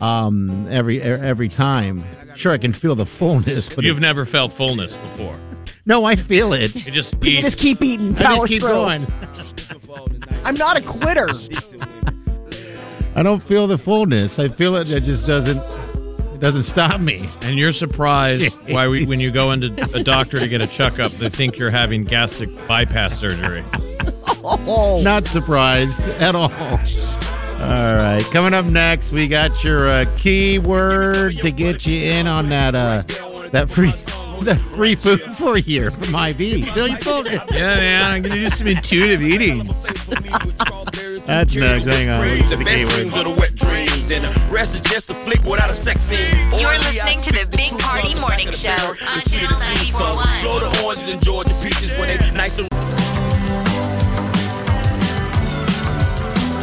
S4: Um, every e- every time. Sure, I can feel the fullness, but
S5: You've never felt fullness before.
S4: No, I feel it.
S5: You just
S6: You
S5: eat.
S6: just keep eating.
S4: I
S6: Power
S4: just keep
S6: through.
S4: going.
S6: I'm not a quitter.
S4: I don't feel the fullness. I feel it. It just doesn't. It doesn't stop me.
S5: And you're surprised why we, when you go into a doctor to get a checkup, they think you're having gastric bypass surgery.
S6: Oh.
S4: Not surprised at all. All right. Coming up next, we got your uh, keyword to get you in on that uh, that free that free food for a year from IB. Feel your fullness.
S5: Yeah, man, I'm gonna do some intuitive eating.
S4: That's next. Hang on. We
S10: The
S4: got
S10: best
S4: The
S10: dreams
S4: keyword.
S10: are the wet dreams, and the rest is just a flick without a sex scene.
S3: You're
S10: Orally, I
S3: listening to the Big Party Morning Show on Channel 941.
S10: blow the oranges and Georgia peaches when they nice and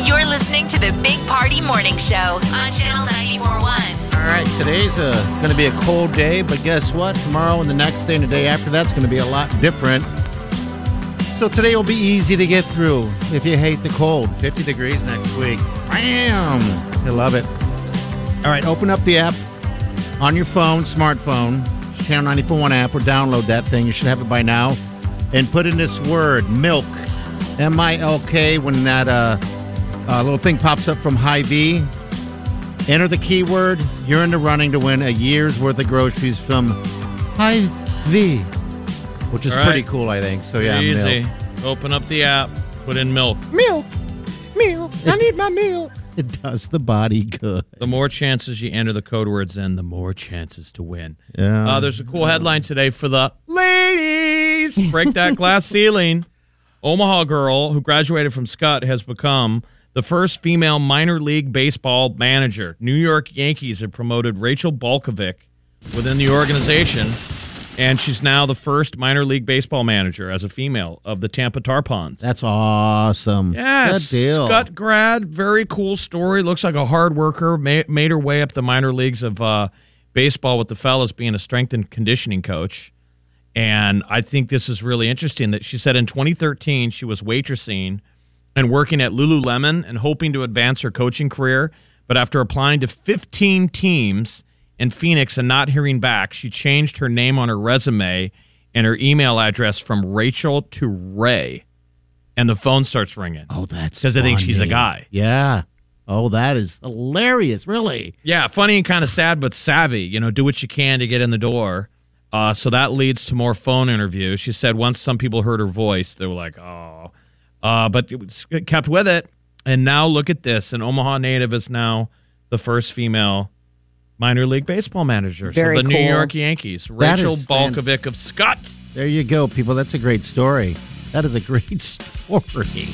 S3: You're listening to the Big Party Morning Show on Channel 941.
S4: All right. Today's uh, going to be a cold day, but guess what? Tomorrow and the next day and the day after that's going to be a lot different. So today will be easy to get through if you hate the cold. 50 degrees next week. Bam! I love it. All right, open up the app on your phone, smartphone, Channel 941 app, or download that thing. You should have it by now. And put in this word, milk, M I L K, when that uh, uh, little thing pops up from High V. Enter the keyword. You're in the running to win a year's worth of groceries from High V, which is
S5: All right.
S4: pretty cool, I think. So, yeah, milk.
S5: Easy. Open up the app. Put in milk.
S4: Milk. Milk. I need my milk. It does the body good.
S5: The more chances you enter the code words in, the more chances to win.
S4: Yeah.
S5: Uh, there's a cool headline today for the ladies. Break that glass ceiling. Omaha girl who graduated from Scott has become the first female minor league baseball manager. New York Yankees have promoted Rachel Balkovic within the organization, and she's now the first minor league baseball manager as a female of the Tampa Tarpons.
S4: That's awesome.
S5: Yes,
S4: Good deal.
S5: Scott grad, very cool story. Looks like a hard worker. Ma- made her way up the minor leagues of uh, baseball with the fellas, being a strength and conditioning coach. And I think this is really interesting that she said in 2013 she was waitressing and working at Lululemon and hoping to advance her coaching career. But after applying to 15 teams in Phoenix and not hearing back, she changed her name on her resume and her email address from Rachel to Ray. And the phone starts ringing.
S4: oh, that's
S5: Because they think she's a
S4: funny.
S5: guy.
S4: Yeah. Oh, that is hilarious. Really.
S5: Yeah, funny and kind of sad, but savvy. You know, do what you can to get in the door. Uh, so that leads to more phone interviews. She said once some people heard her voice, they were like, oh. Uh, but it, was, it kept with it. And now look at this. An Omaha native is now the first female minor league baseball manager
S6: Very
S5: for the New
S6: cool.
S5: York Yankees.
S4: That
S5: Rachel
S4: is fan-
S5: Balkovic of Scott.
S4: There you go, people. That's a great story. That is a great story.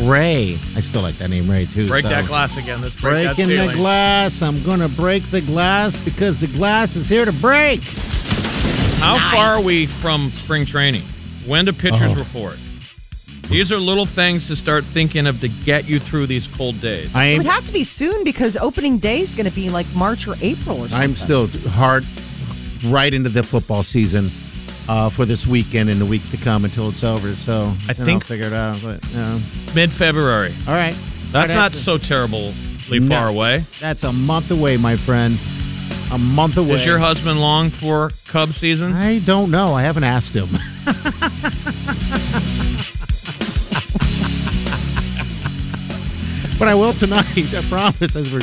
S4: Ray. I still like that name, Ray, too.
S5: Break
S4: so-
S5: that glass again. Let's break that
S4: Breaking the
S5: ceiling.
S4: glass. I'm going to break the glass because the glass is here to break.
S5: How far are we from spring training? When do pitchers
S4: Oh.
S5: report? These are little things to start thinking of to get you through these cold days.
S4: I
S6: It
S4: am
S6: would have to be soon because opening day is going to be like March or April or something.
S4: I'm still hard right into the football season uh, for this weekend and the weeks to come until it's over. So
S5: I
S4: and I'll
S5: think-
S4: figure it out. But yeah.
S5: Mid February.
S4: all right,
S5: That's
S4: Right
S5: not
S4: after-
S5: so terribly
S4: No.
S5: far away.
S4: That's a month away, my friend. A month away.
S5: Is your husband long for Cub season?
S4: I don't know. I haven't asked him. but I will tonight. I promise. As we're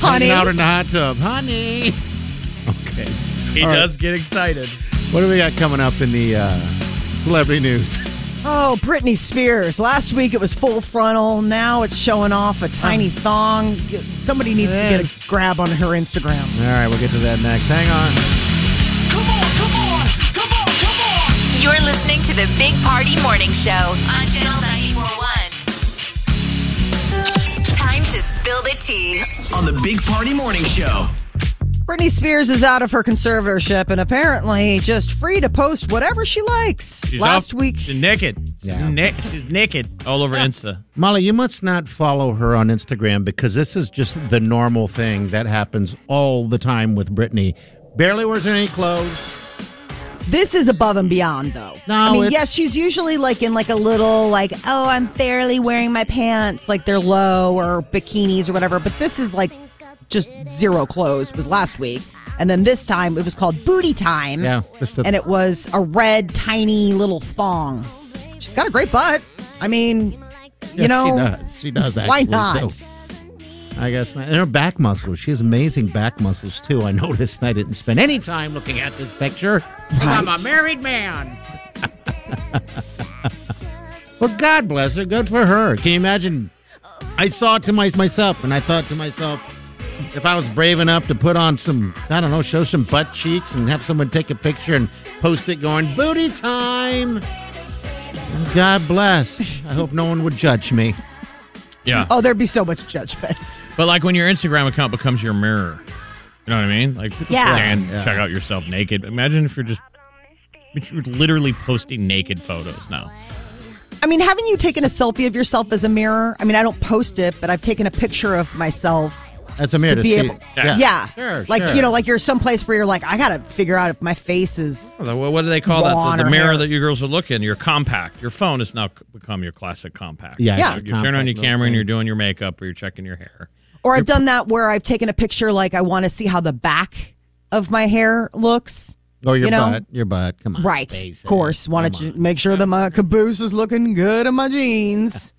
S6: Honey.
S4: hanging out in the hot tub, honey. Okay.
S5: He
S4: All right.
S5: does get excited.
S4: What do we got coming up in the uh, celebrity news?
S6: Oh, Britney Spears. Last week it was full frontal. Now it's showing off a tiny thong. Somebody needs to
S4: Yes.
S6: get a grab on her Instagram.
S4: All right, we'll get to that next. Hang on.
S3: You're listening to the Big Party Morning Show on Channel 941. Time to spill the tea.
S7: on the Big Party Morning Show.
S6: Britney Spears is out of her conservatorship and apparently just free to post whatever she likes.
S5: She's
S6: Last
S5: off-
S6: week,
S5: She's naked.
S4: Yeah.
S5: She's, na- she's naked all over Insta.
S4: Molly, you must not follow her on Instagram because this is just the normal thing that happens all the time with Britney. Barely wears any clothes.
S6: this is above and beyond, though.
S4: No,
S6: I mean,
S4: it's-
S6: yes, she's usually like in like a little like, oh, I'm barely wearing my pants, like they're low or bikinis or whatever. But this is like just zero clothes was last week. And then this time it was called Booty Time.
S4: Yeah, just a-
S6: and it was a red, tiny little thong. She's got a great butt. I mean, you
S4: Yeah,
S6: know,
S4: she does. She does. Actually,
S6: why not?
S4: so I guess not. And her back muscles. She has amazing back muscles too. I noticed. I didn't spend any time looking at this picture.
S1: I'm
S4: a married man. Well, God bless her. Good for her. Can you imagine? I saw it to my, myself, and I thought to myself, if I was brave enough to put on some, I don't know, show some butt cheeks and have someone take a picture and post it going, booty time. God bless. I hope no one would judge me.
S5: Yeah.
S6: Oh, there'd be so much judgment.
S5: But like when your Instagram account becomes your mirror, you know what I mean? Like people
S6: Yeah.
S5: can
S6: Yeah.
S5: check out yourself naked. Imagine if you're just if you're literally posting naked photos now.
S6: I mean, haven't you taken a selfie of yourself as a mirror? I mean, I don't post it, but I've taken a picture of myself.
S4: As a mirror to
S6: be
S4: see-
S6: able,
S4: yeah.
S6: yeah,
S4: Sure,
S6: like
S4: sure.
S6: you know, like you're someplace where you're like, I gotta figure out if my face is.
S5: What what do they call that?
S6: Blonde
S5: The, the
S6: or
S5: mirror
S6: hair.
S5: that you girls are looking. Your compact. Your phone has now c- become your classic compact.
S6: Yeah, Yeah.
S5: You,
S6: it's a
S5: turn on
S6: compact
S5: your
S6: little
S5: camera and you're doing your makeup or you're checking your hair.
S6: Or I've done that where I've taken a picture, like I want to see how the back of my hair looks.
S4: Oh, your
S6: you know?
S4: butt. Your butt. Come on.
S6: Right, of course. Want to make sure that my caboose is looking good in my jeans.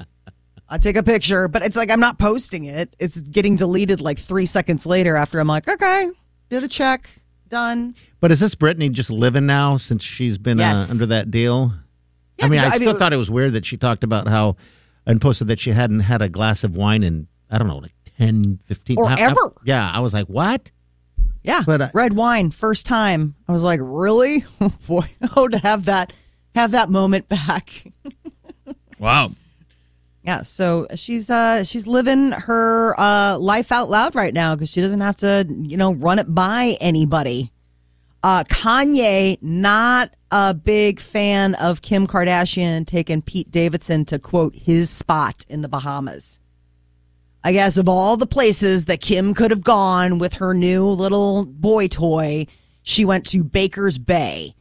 S6: I take a picture, but it's like I'm not posting it. It's getting deleted like three seconds later after I'm like, okay, did a check, done.
S4: But is this Brittany just living now since she's been
S6: Yes.
S4: uh, under that deal?
S6: Yeah,
S4: I mean,
S6: 'cause,
S4: I,
S6: I
S4: still
S6: mean-
S4: thought it was weird that she talked about how and posted that she hadn't had a glass of wine in, I don't know, like 10, 15
S6: Or
S4: how- how-
S6: ever.
S4: yeah. I was like, what?
S6: Yeah,
S4: But I-
S6: red wine, first time. I was like, really? Oh boy, oh to have that, have that moment back.
S5: Wow.
S6: Yeah, so she's uh she's living her uh life out loud right now because she doesn't have to, you know, run it by anybody. Uh Kanye not a big fan of Kim Kardashian taking Pete Davidson to quote his spot in the Bahamas. I guess of all the places that Kim could have gone with her new little boy toy, she went to Baker's Bay.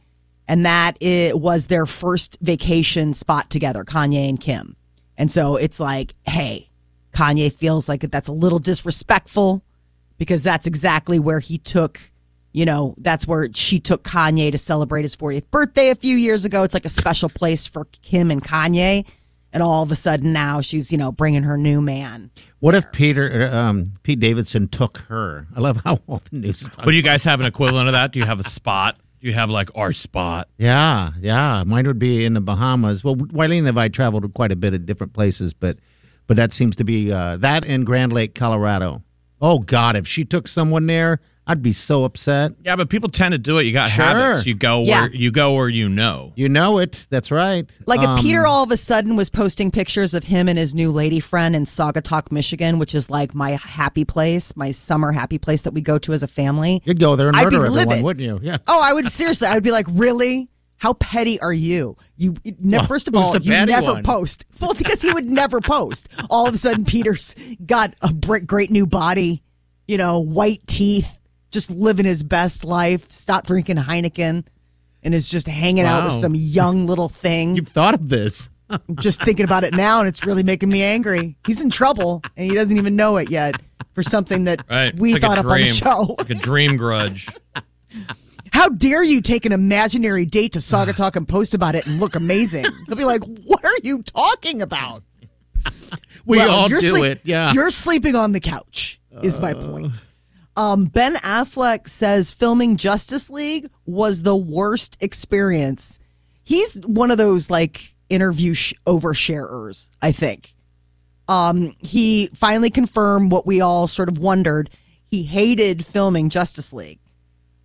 S6: And that it was their first vacation spot together, Kanye and Kim. And so it's like, hey, Kanye feels like that's a little disrespectful because that's exactly where he took, you know, that's where she took Kanye to celebrate his 40th birthday a few years ago. It's like a special place for Kim and Kanye. And all of a sudden now she's, you know, bringing her new man.
S4: What if Peter, uh, um, Pete Davidson took her? I love how all the news is talking
S5: But do you guys have an equivalent of that? Do you have a spot? Do you have like our spot?
S4: Yeah, yeah. Mine would be in the Bahamas. Well, Wileen and I traveled to quite a bit of different places, but but that seems to be uh, that and Grand Lake, Colorado. Oh God, if she took someone there, I'd be so upset.
S5: Yeah, but people tend to do it. You got
S4: Sure.
S5: habits. You go
S6: Yeah.
S5: where you go where you know.
S4: You know it. That's right.
S6: Like if
S4: Um,
S6: Peter all of a sudden was posting pictures of him and his new lady friend in Saugatuck, Michigan, which is like my happy place, my summer happy place that we go to as a family.
S4: You'd go there and
S6: I'd be
S4: murder everyone,
S6: livid.
S4: wouldn't you? Yeah.
S6: Oh, I would seriously. I would be like, really? How petty are you? You you ne-
S4: Well,
S6: first of
S4: who's
S6: all,
S4: the
S6: you
S4: petty
S6: never
S4: one?
S6: post. Well, because he would never post. All of a sudden, Peter's got a br- great new body, you know, white teeth, just living his best life. Stop drinking Heineken, and is just hanging out with
S4: Wow.
S6: some young little thing.
S4: You've thought of this.
S6: I'm just thinking about it now, and it's really making me angry. He's in trouble, and he doesn't even know it yet for something that
S5: Right.
S6: we
S5: It's like
S6: thought
S5: a
S6: up on the
S5: dream.
S6: show.
S5: Like a dream grudge.
S6: How dare you take an imaginary date to Saga Talk and post about it and look amazing? They'll be like, "What are you talking about?"
S4: We
S6: Well,
S4: all
S6: you're
S4: do
S6: sleep-
S4: it. Yeah.
S6: you're sleeping on the couch. Is my point. Um, ben Affleck says filming Justice League was the worst experience. He's one of those like interview sh- oversharers, I think um, he finally confirmed what we all sort of wondered. He hated filming Justice League.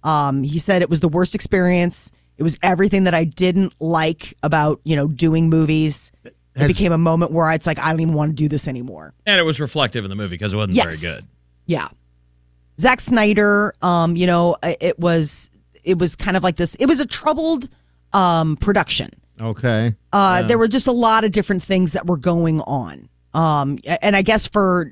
S6: Um, he said it was the worst experience. It was everything that I didn't like about you know doing movies. It
S5: Has-
S6: became a moment where it's like I don't even want to do this anymore.
S5: And it was reflective in the movie because it wasn't
S6: Yes.
S5: very good.
S6: Yeah. Zack Snyder, um, you know, i- it was it was kind of like this. It was a troubled um, production.
S4: Okay.
S6: Uh,
S4: Yeah.
S6: There were just a lot of different things that were going on. Um, and I guess for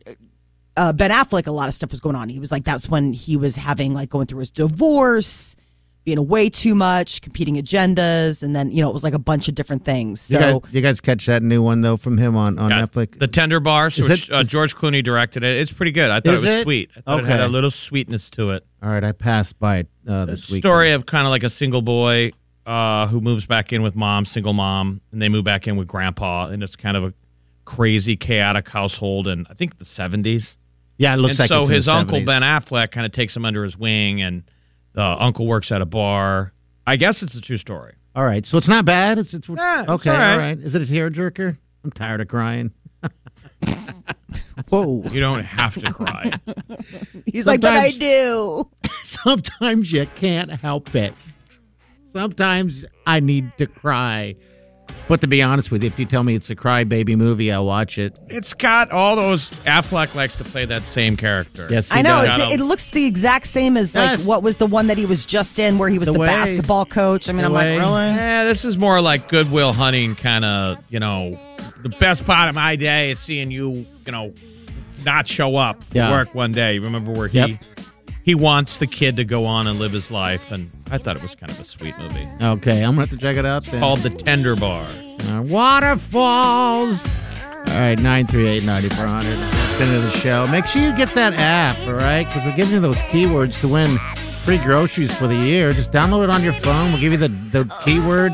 S6: uh, Ben Affleck, a lot of stuff was going on. He was like, that's when he was having, like, going through his divorce. being away too much, competing agendas, and then you know it was like a bunch of different things. So
S4: you, guys, you guys catch that new one though from him on on
S5: Yeah.
S4: Netflix?
S5: The Tender Bars,
S4: Is
S5: which
S4: it-
S5: uh, George Clooney directed it. It's pretty good. I thought
S4: Is
S5: it was
S4: it?
S5: sweet. I thought it had
S4: Okay.
S5: a little sweetness to it.
S4: All right, I passed by it uh, this week.
S5: Story of kind of like a single boy uh, who moves back in with mom, single mom, and they move back in with grandpa, and it's kind of a crazy, chaotic household. And I think the seventies.
S4: Yeah, it looks
S5: and
S4: like
S5: so
S4: it's in the
S5: his uncle
S4: 70s.
S5: Ben Affleck kind of takes him under his wing, and the uncle works at a bar. I guess it's a true story.
S4: All right, so it's not bad. It's, it's
S5: Yeah, it's
S4: okay.
S5: all right.
S4: all right, is it a tearjerker? I'm tired of crying.
S6: Whoa!
S5: You don't have to cry.
S6: He's like, but I
S4: Sometimes-
S6: do.
S4: Sometimes you can't help it. Sometimes I need to cry. But to be honest with you, if you tell me it's a crybaby movie, I'll watch it.
S5: It's got all those. Affleck likes to play that same character.
S4: Yes, he
S6: I know
S4: does.
S6: it's, it looks the exact same as
S4: Yes.
S6: like what was the one that he was just in, where he was
S4: The
S6: the,
S4: Way.
S6: basketball coach. I mean,
S4: The
S6: I'm
S4: Way.
S6: like, really?
S5: Yeah, this is more like Goodwill Hunting, kind of. You know, the best part of my day is seeing you. You know, not show up for
S4: Yeah.
S5: work one day. Remember where he
S4: Yep.
S5: he wants the kid to go on and live his life, and I thought it was kind of a sweet movie
S4: Okay, I'm gonna have to check it out. Then.
S5: called The Tender Bar.
S4: Uh, waterfalls. All right, 938 9400. That's the end of the show. Make sure you get that app, all right? Because we're giving you those keywords to win free groceries for the year. Just download it on your phone. We'll give you the, the keyword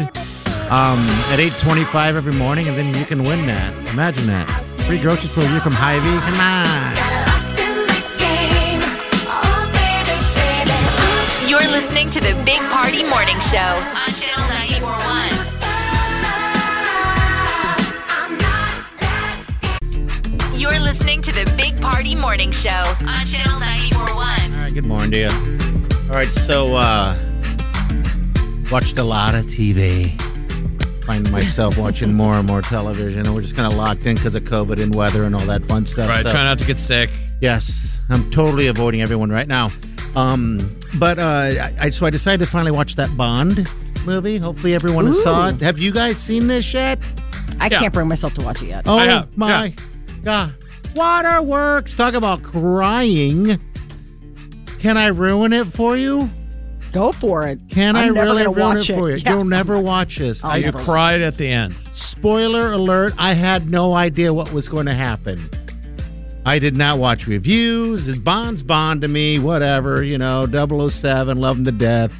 S4: um, at 825 every morning, and then you can win that. Imagine that. Free groceries for the year from Hy-Vee. Come on.
S3: You're listening to the Big Party Morning Show on Channel 941. You're listening to the Big Party Morning Show on Channel 941.
S4: All right, good morning to you. All right, so uh watched a lot of TV. Find myself watching more and more television, and we're just kind of locked in because of COVID and weather and all that fun stuff.
S5: Right,
S4: So-
S5: try not to get sick.
S4: Yes, I'm totally avoiding everyone right now. Um, but uh, I, I, so I decided to finally watch that Bond movie. Hopefully, everyone has saw it. Have you guys seen this yet?
S6: I
S5: Yeah.
S6: can't bring myself to watch it yet.
S4: Oh
S5: I have,
S4: my god! Waterworks. Talk about crying. Can I ruin it for you?
S6: Go for it.
S4: Can
S6: I'm
S4: i
S6: never
S4: really
S6: gonna
S4: ruin
S6: watch
S4: it, for you?
S6: Yeah.
S4: You'll never watch this.
S6: I'll
S4: I-
S5: You
S6: never-
S5: cried at the end.
S4: Spoiler alert, I had no idea what was going to happen. I did not watch reviews. Bond's Bond to me, whatever, you know, 007, love him to death.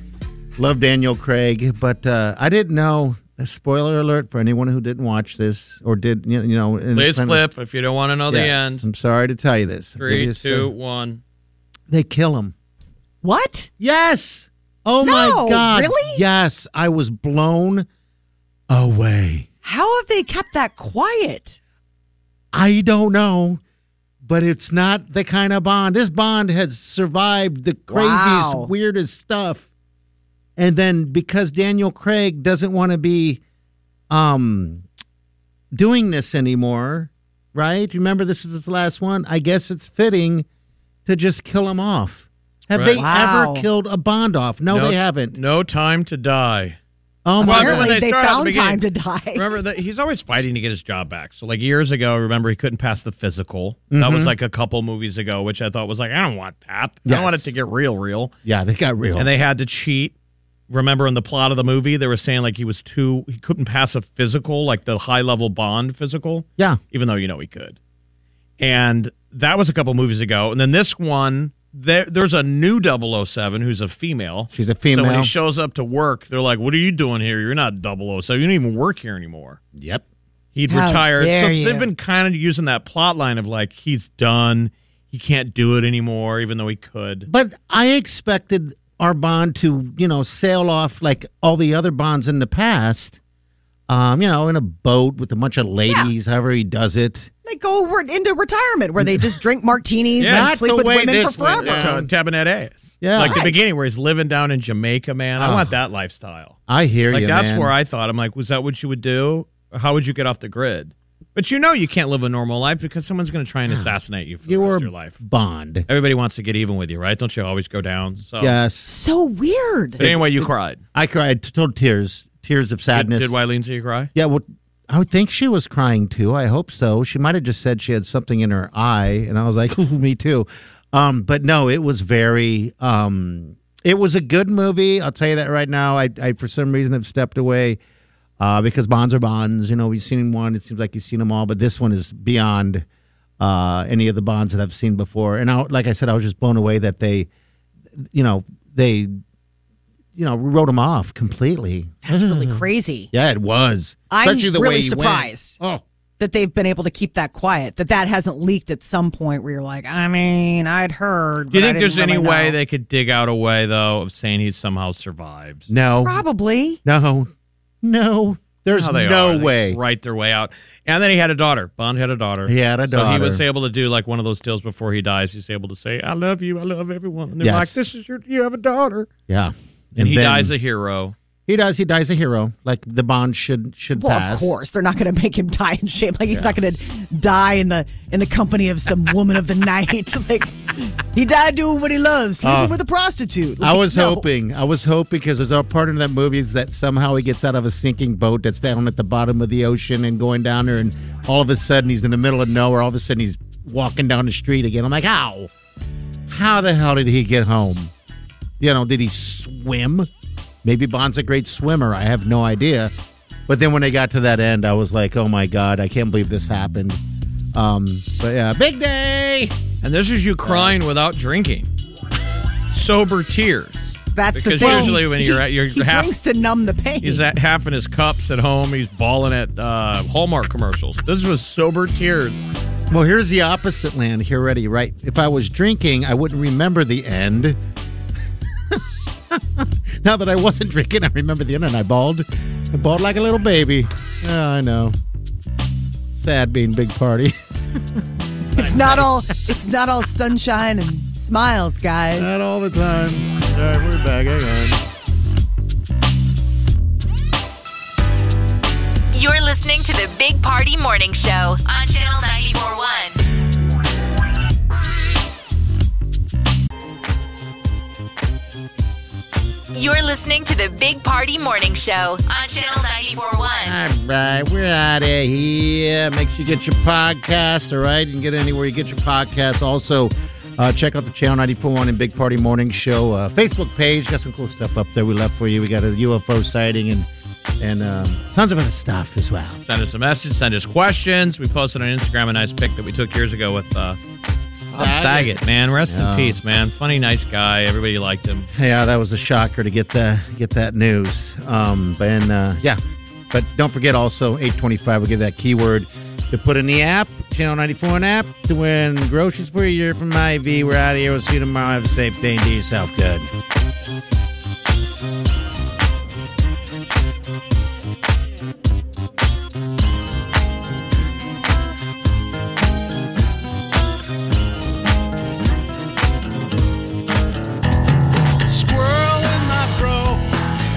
S4: Love Daniel Craig, but uh, I didn't know. A spoiler alert for anyone who didn't watch this or did, you you know. and-
S5: Please flip if you don't want to know the
S4: Yes,
S5: end.
S4: I'm sorry to tell you this. I'll give you
S5: Three,
S4: a
S5: two,
S4: sec-
S5: one.
S4: They kill him.
S6: What?
S4: Yes. Oh
S6: No,
S4: my God.
S6: really?
S4: Yes. I was blown away.
S6: How have they kept that quiet?
S4: I don't know, but it's not the kind of bond. This bond has survived the craziest,
S6: Wow.
S4: weirdest stuff. And then because Daniel Craig doesn't want to be um doing this anymore, right? Remember this is his last one. I guess it's fitting to just kill him off. Have
S5: Right.
S4: they
S6: Wow.
S4: ever killed a bond off? No, they haven't.
S5: No time to die.
S4: Oh my
S5: remember
S4: god.
S5: when
S6: Apparently,
S5: they
S6: they,
S5: start out at
S6: found
S5: the
S6: time to
S5: beginning-
S6: die.
S5: remember that he's always fighting to get his job back. So like years ago, remember he couldn't pass the physical. That
S4: Mm-hmm.
S5: was like a couple movies ago, which I thought was like, I don't want that. I
S4: Yes.
S5: don't want it to get real, real.
S4: Yeah, they got real.
S5: And they had to cheat. Remember in the plot of the movie, they were saying like he was too he couldn't pass a physical, like the high level bond physical,
S4: yeah.
S5: even though you know he could. And that was a couple movies ago. And then this one, there, there's a new 007 who's a female.
S4: She's a
S5: So when
S4: female.
S5: he shows up to work, they're like, "What are you doing here? You're not 007. You don't even work here anymore."
S4: yep.
S5: He'd
S6: How
S5: retired.
S6: dare
S5: So
S6: you.
S5: they've been kind of using that plot line of like he's done, he can't do it anymore, even though he could.
S4: But I expected our bond to, you know, sail off like all the other bonds in the past. Um, you know, in a boat with a bunch of ladies, however he does it.
S6: They go re- into retirement where they just drink martinis
S5: Yeah.
S6: and
S4: Not
S6: sleep
S4: the
S6: with
S4: way
S6: women for
S4: this went
S6: forever.
S4: down.
S5: Uh, tapping that ass.
S4: Yeah.
S5: Like
S4: Right.
S5: the beginning where he's living down in Jamaica, man. I
S4: Oh.
S5: want that lifestyle.
S4: I hear
S5: Like
S4: you,
S5: that's
S4: man.
S5: where I thought I'm like, was that what you would do? How would you get off the grid? But you know you can't live a normal life because someone's going to try and assassinate you for
S4: you
S5: the rest
S4: were
S5: of your life.
S4: Bond.
S5: Everybody wants to get even with you, right? Don't you always go down? So
S4: Yes,
S6: So weird.
S5: But anyway, you cried.
S4: I cried total tears, tears of sadness.
S5: Did, did Wileen see you cry?
S4: yeah, well, I would think she was crying too. I hope so. She might have just said she had something in her eye, and I was like, "Ooh, me too. Um, but no, it was very. Um, It was a good movie. I'll tell you that right now. I, I for some reason have stepped away uh, because bonds are bonds. You know, we've seen one. It seems like you've seen them all, but this one is beyond uh, any of the bonds that I've seen before. And I, like I said, I was just blown away that they, you know, they, you know, wrote them off completely.
S6: That's really crazy.
S4: Yeah, it was.
S6: I'm
S4: Especially the way
S6: really
S4: he went. Oh,
S6: surprised that they've been able to keep that quiet. That that hasn't leaked at some point where you're like, I mean, I'd heard.
S5: Do you
S6: but I
S5: think there's
S6: didn't
S5: any
S6: really
S5: way
S6: know.
S5: they could dig out a way though of saying he somehow survived?
S4: No.
S6: Probably.
S4: No. No. There's
S5: How they
S4: no
S5: are. They
S4: way.
S5: Write their way out. And then he had a daughter. Bond had a daughter.
S4: He had a
S5: So he
S4: daughter.
S5: was able to do like one of those deals before he dies. He's able to say, I love you. I love everyone. And they're like,
S4: Yes.
S5: this is your, you have a daughter.
S4: Yeah.
S5: And, he
S4: then-
S5: dies a hero.
S4: He does. He dies a hero. Like the Bond should should
S6: Well,
S4: pass.
S6: of course, they're not going to make him die in shame. Like he's not going to die in the in the company of some woman of the night. Like he died doing what he loves, sleeping
S4: Uh,
S6: with a prostitute.
S4: I
S6: Like,
S4: was
S6: no.
S4: hoping. I was hoping because there's a part in that movie is that somehow he gets out of a sinking boat that's down at the bottom of the ocean and going down there, and all of a sudden he's in the middle of nowhere. All of a sudden he's walking down the street again. I'm like, how? How the hell did he get home? You know, did he swim? Maybe Bond's a great swimmer. I have no idea. But then when they got to that end, I was like, oh my god, I can't believe this happened. Um, but yeah, big day.
S5: And this is you crying without drinking. Sober tears.
S6: That's
S5: because
S6: the thing.
S5: usually when
S6: He-
S5: you're at your
S6: he
S5: half,
S6: drinks to numb the pain.
S5: he's at half in his cups at home. He's bawling at uh, Hallmark commercials. This was sober tears.
S4: Well, here's the opposite land here already, right? If I was drinking, I wouldn't remember the end. now that I wasn't drinking, I remember the end and I bawled. I bawled like a little baby. Oh, I know. Sad being big party.
S6: It's not all. It's not all sunshine and smiles, guys.
S4: Not all the time. All right, we're back. Hang on.
S3: You're listening to the Big Party Morning Show on Channel 941. You're listening to the Big Party Morning Show on Channel 941.
S4: All right, we're out of here. Make sure you get your podcast, all right? You can get it anywhere you get your podcast. Also, uh, check out the Channel 941 and Big Party Morning Show uh, Facebook page. Got some cool stuff up there we left for you. We got a UFO sighting and and um, tons of other stuff as well.
S5: Send us a message. Send us questions. We posted on Instagram a nice pic that we took years ago with uh, Bob
S4: Saget.
S5: Saget. Man, rest
S4: Yeah.
S5: in peace, man. Funny, nice guy. Everybody liked him.
S4: Yeah, that was a shocker to get the get that news. Um, but and, uh, yeah, but don't forget also 825. We'll give that keyword to put in the app, Channel 94 and app, to win groceries for a year from IV. We're out of here. We'll see you tomorrow. Have a safe day and do yourself good.
S1: Squirrel in my fro.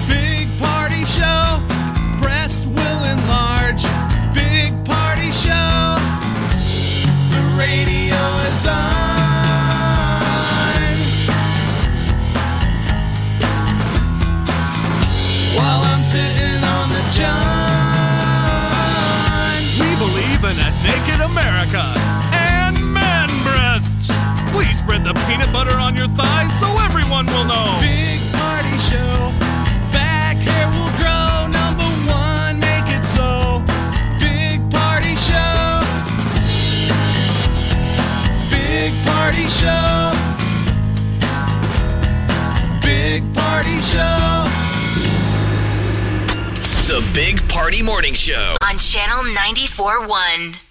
S1: Big party show. Breast will enlarge. Big party show. The radio is on. While I'm sitting on the john.
S2: We believe in a naked America and man breasts. Please spread the peanut butter on your thighs so everyone will know.
S1: Big party show. Back hair will grow. Number one, make it so. Big party show. Big party show. Big party show.
S7: The Big Party Morning Show.
S3: On Channel 941.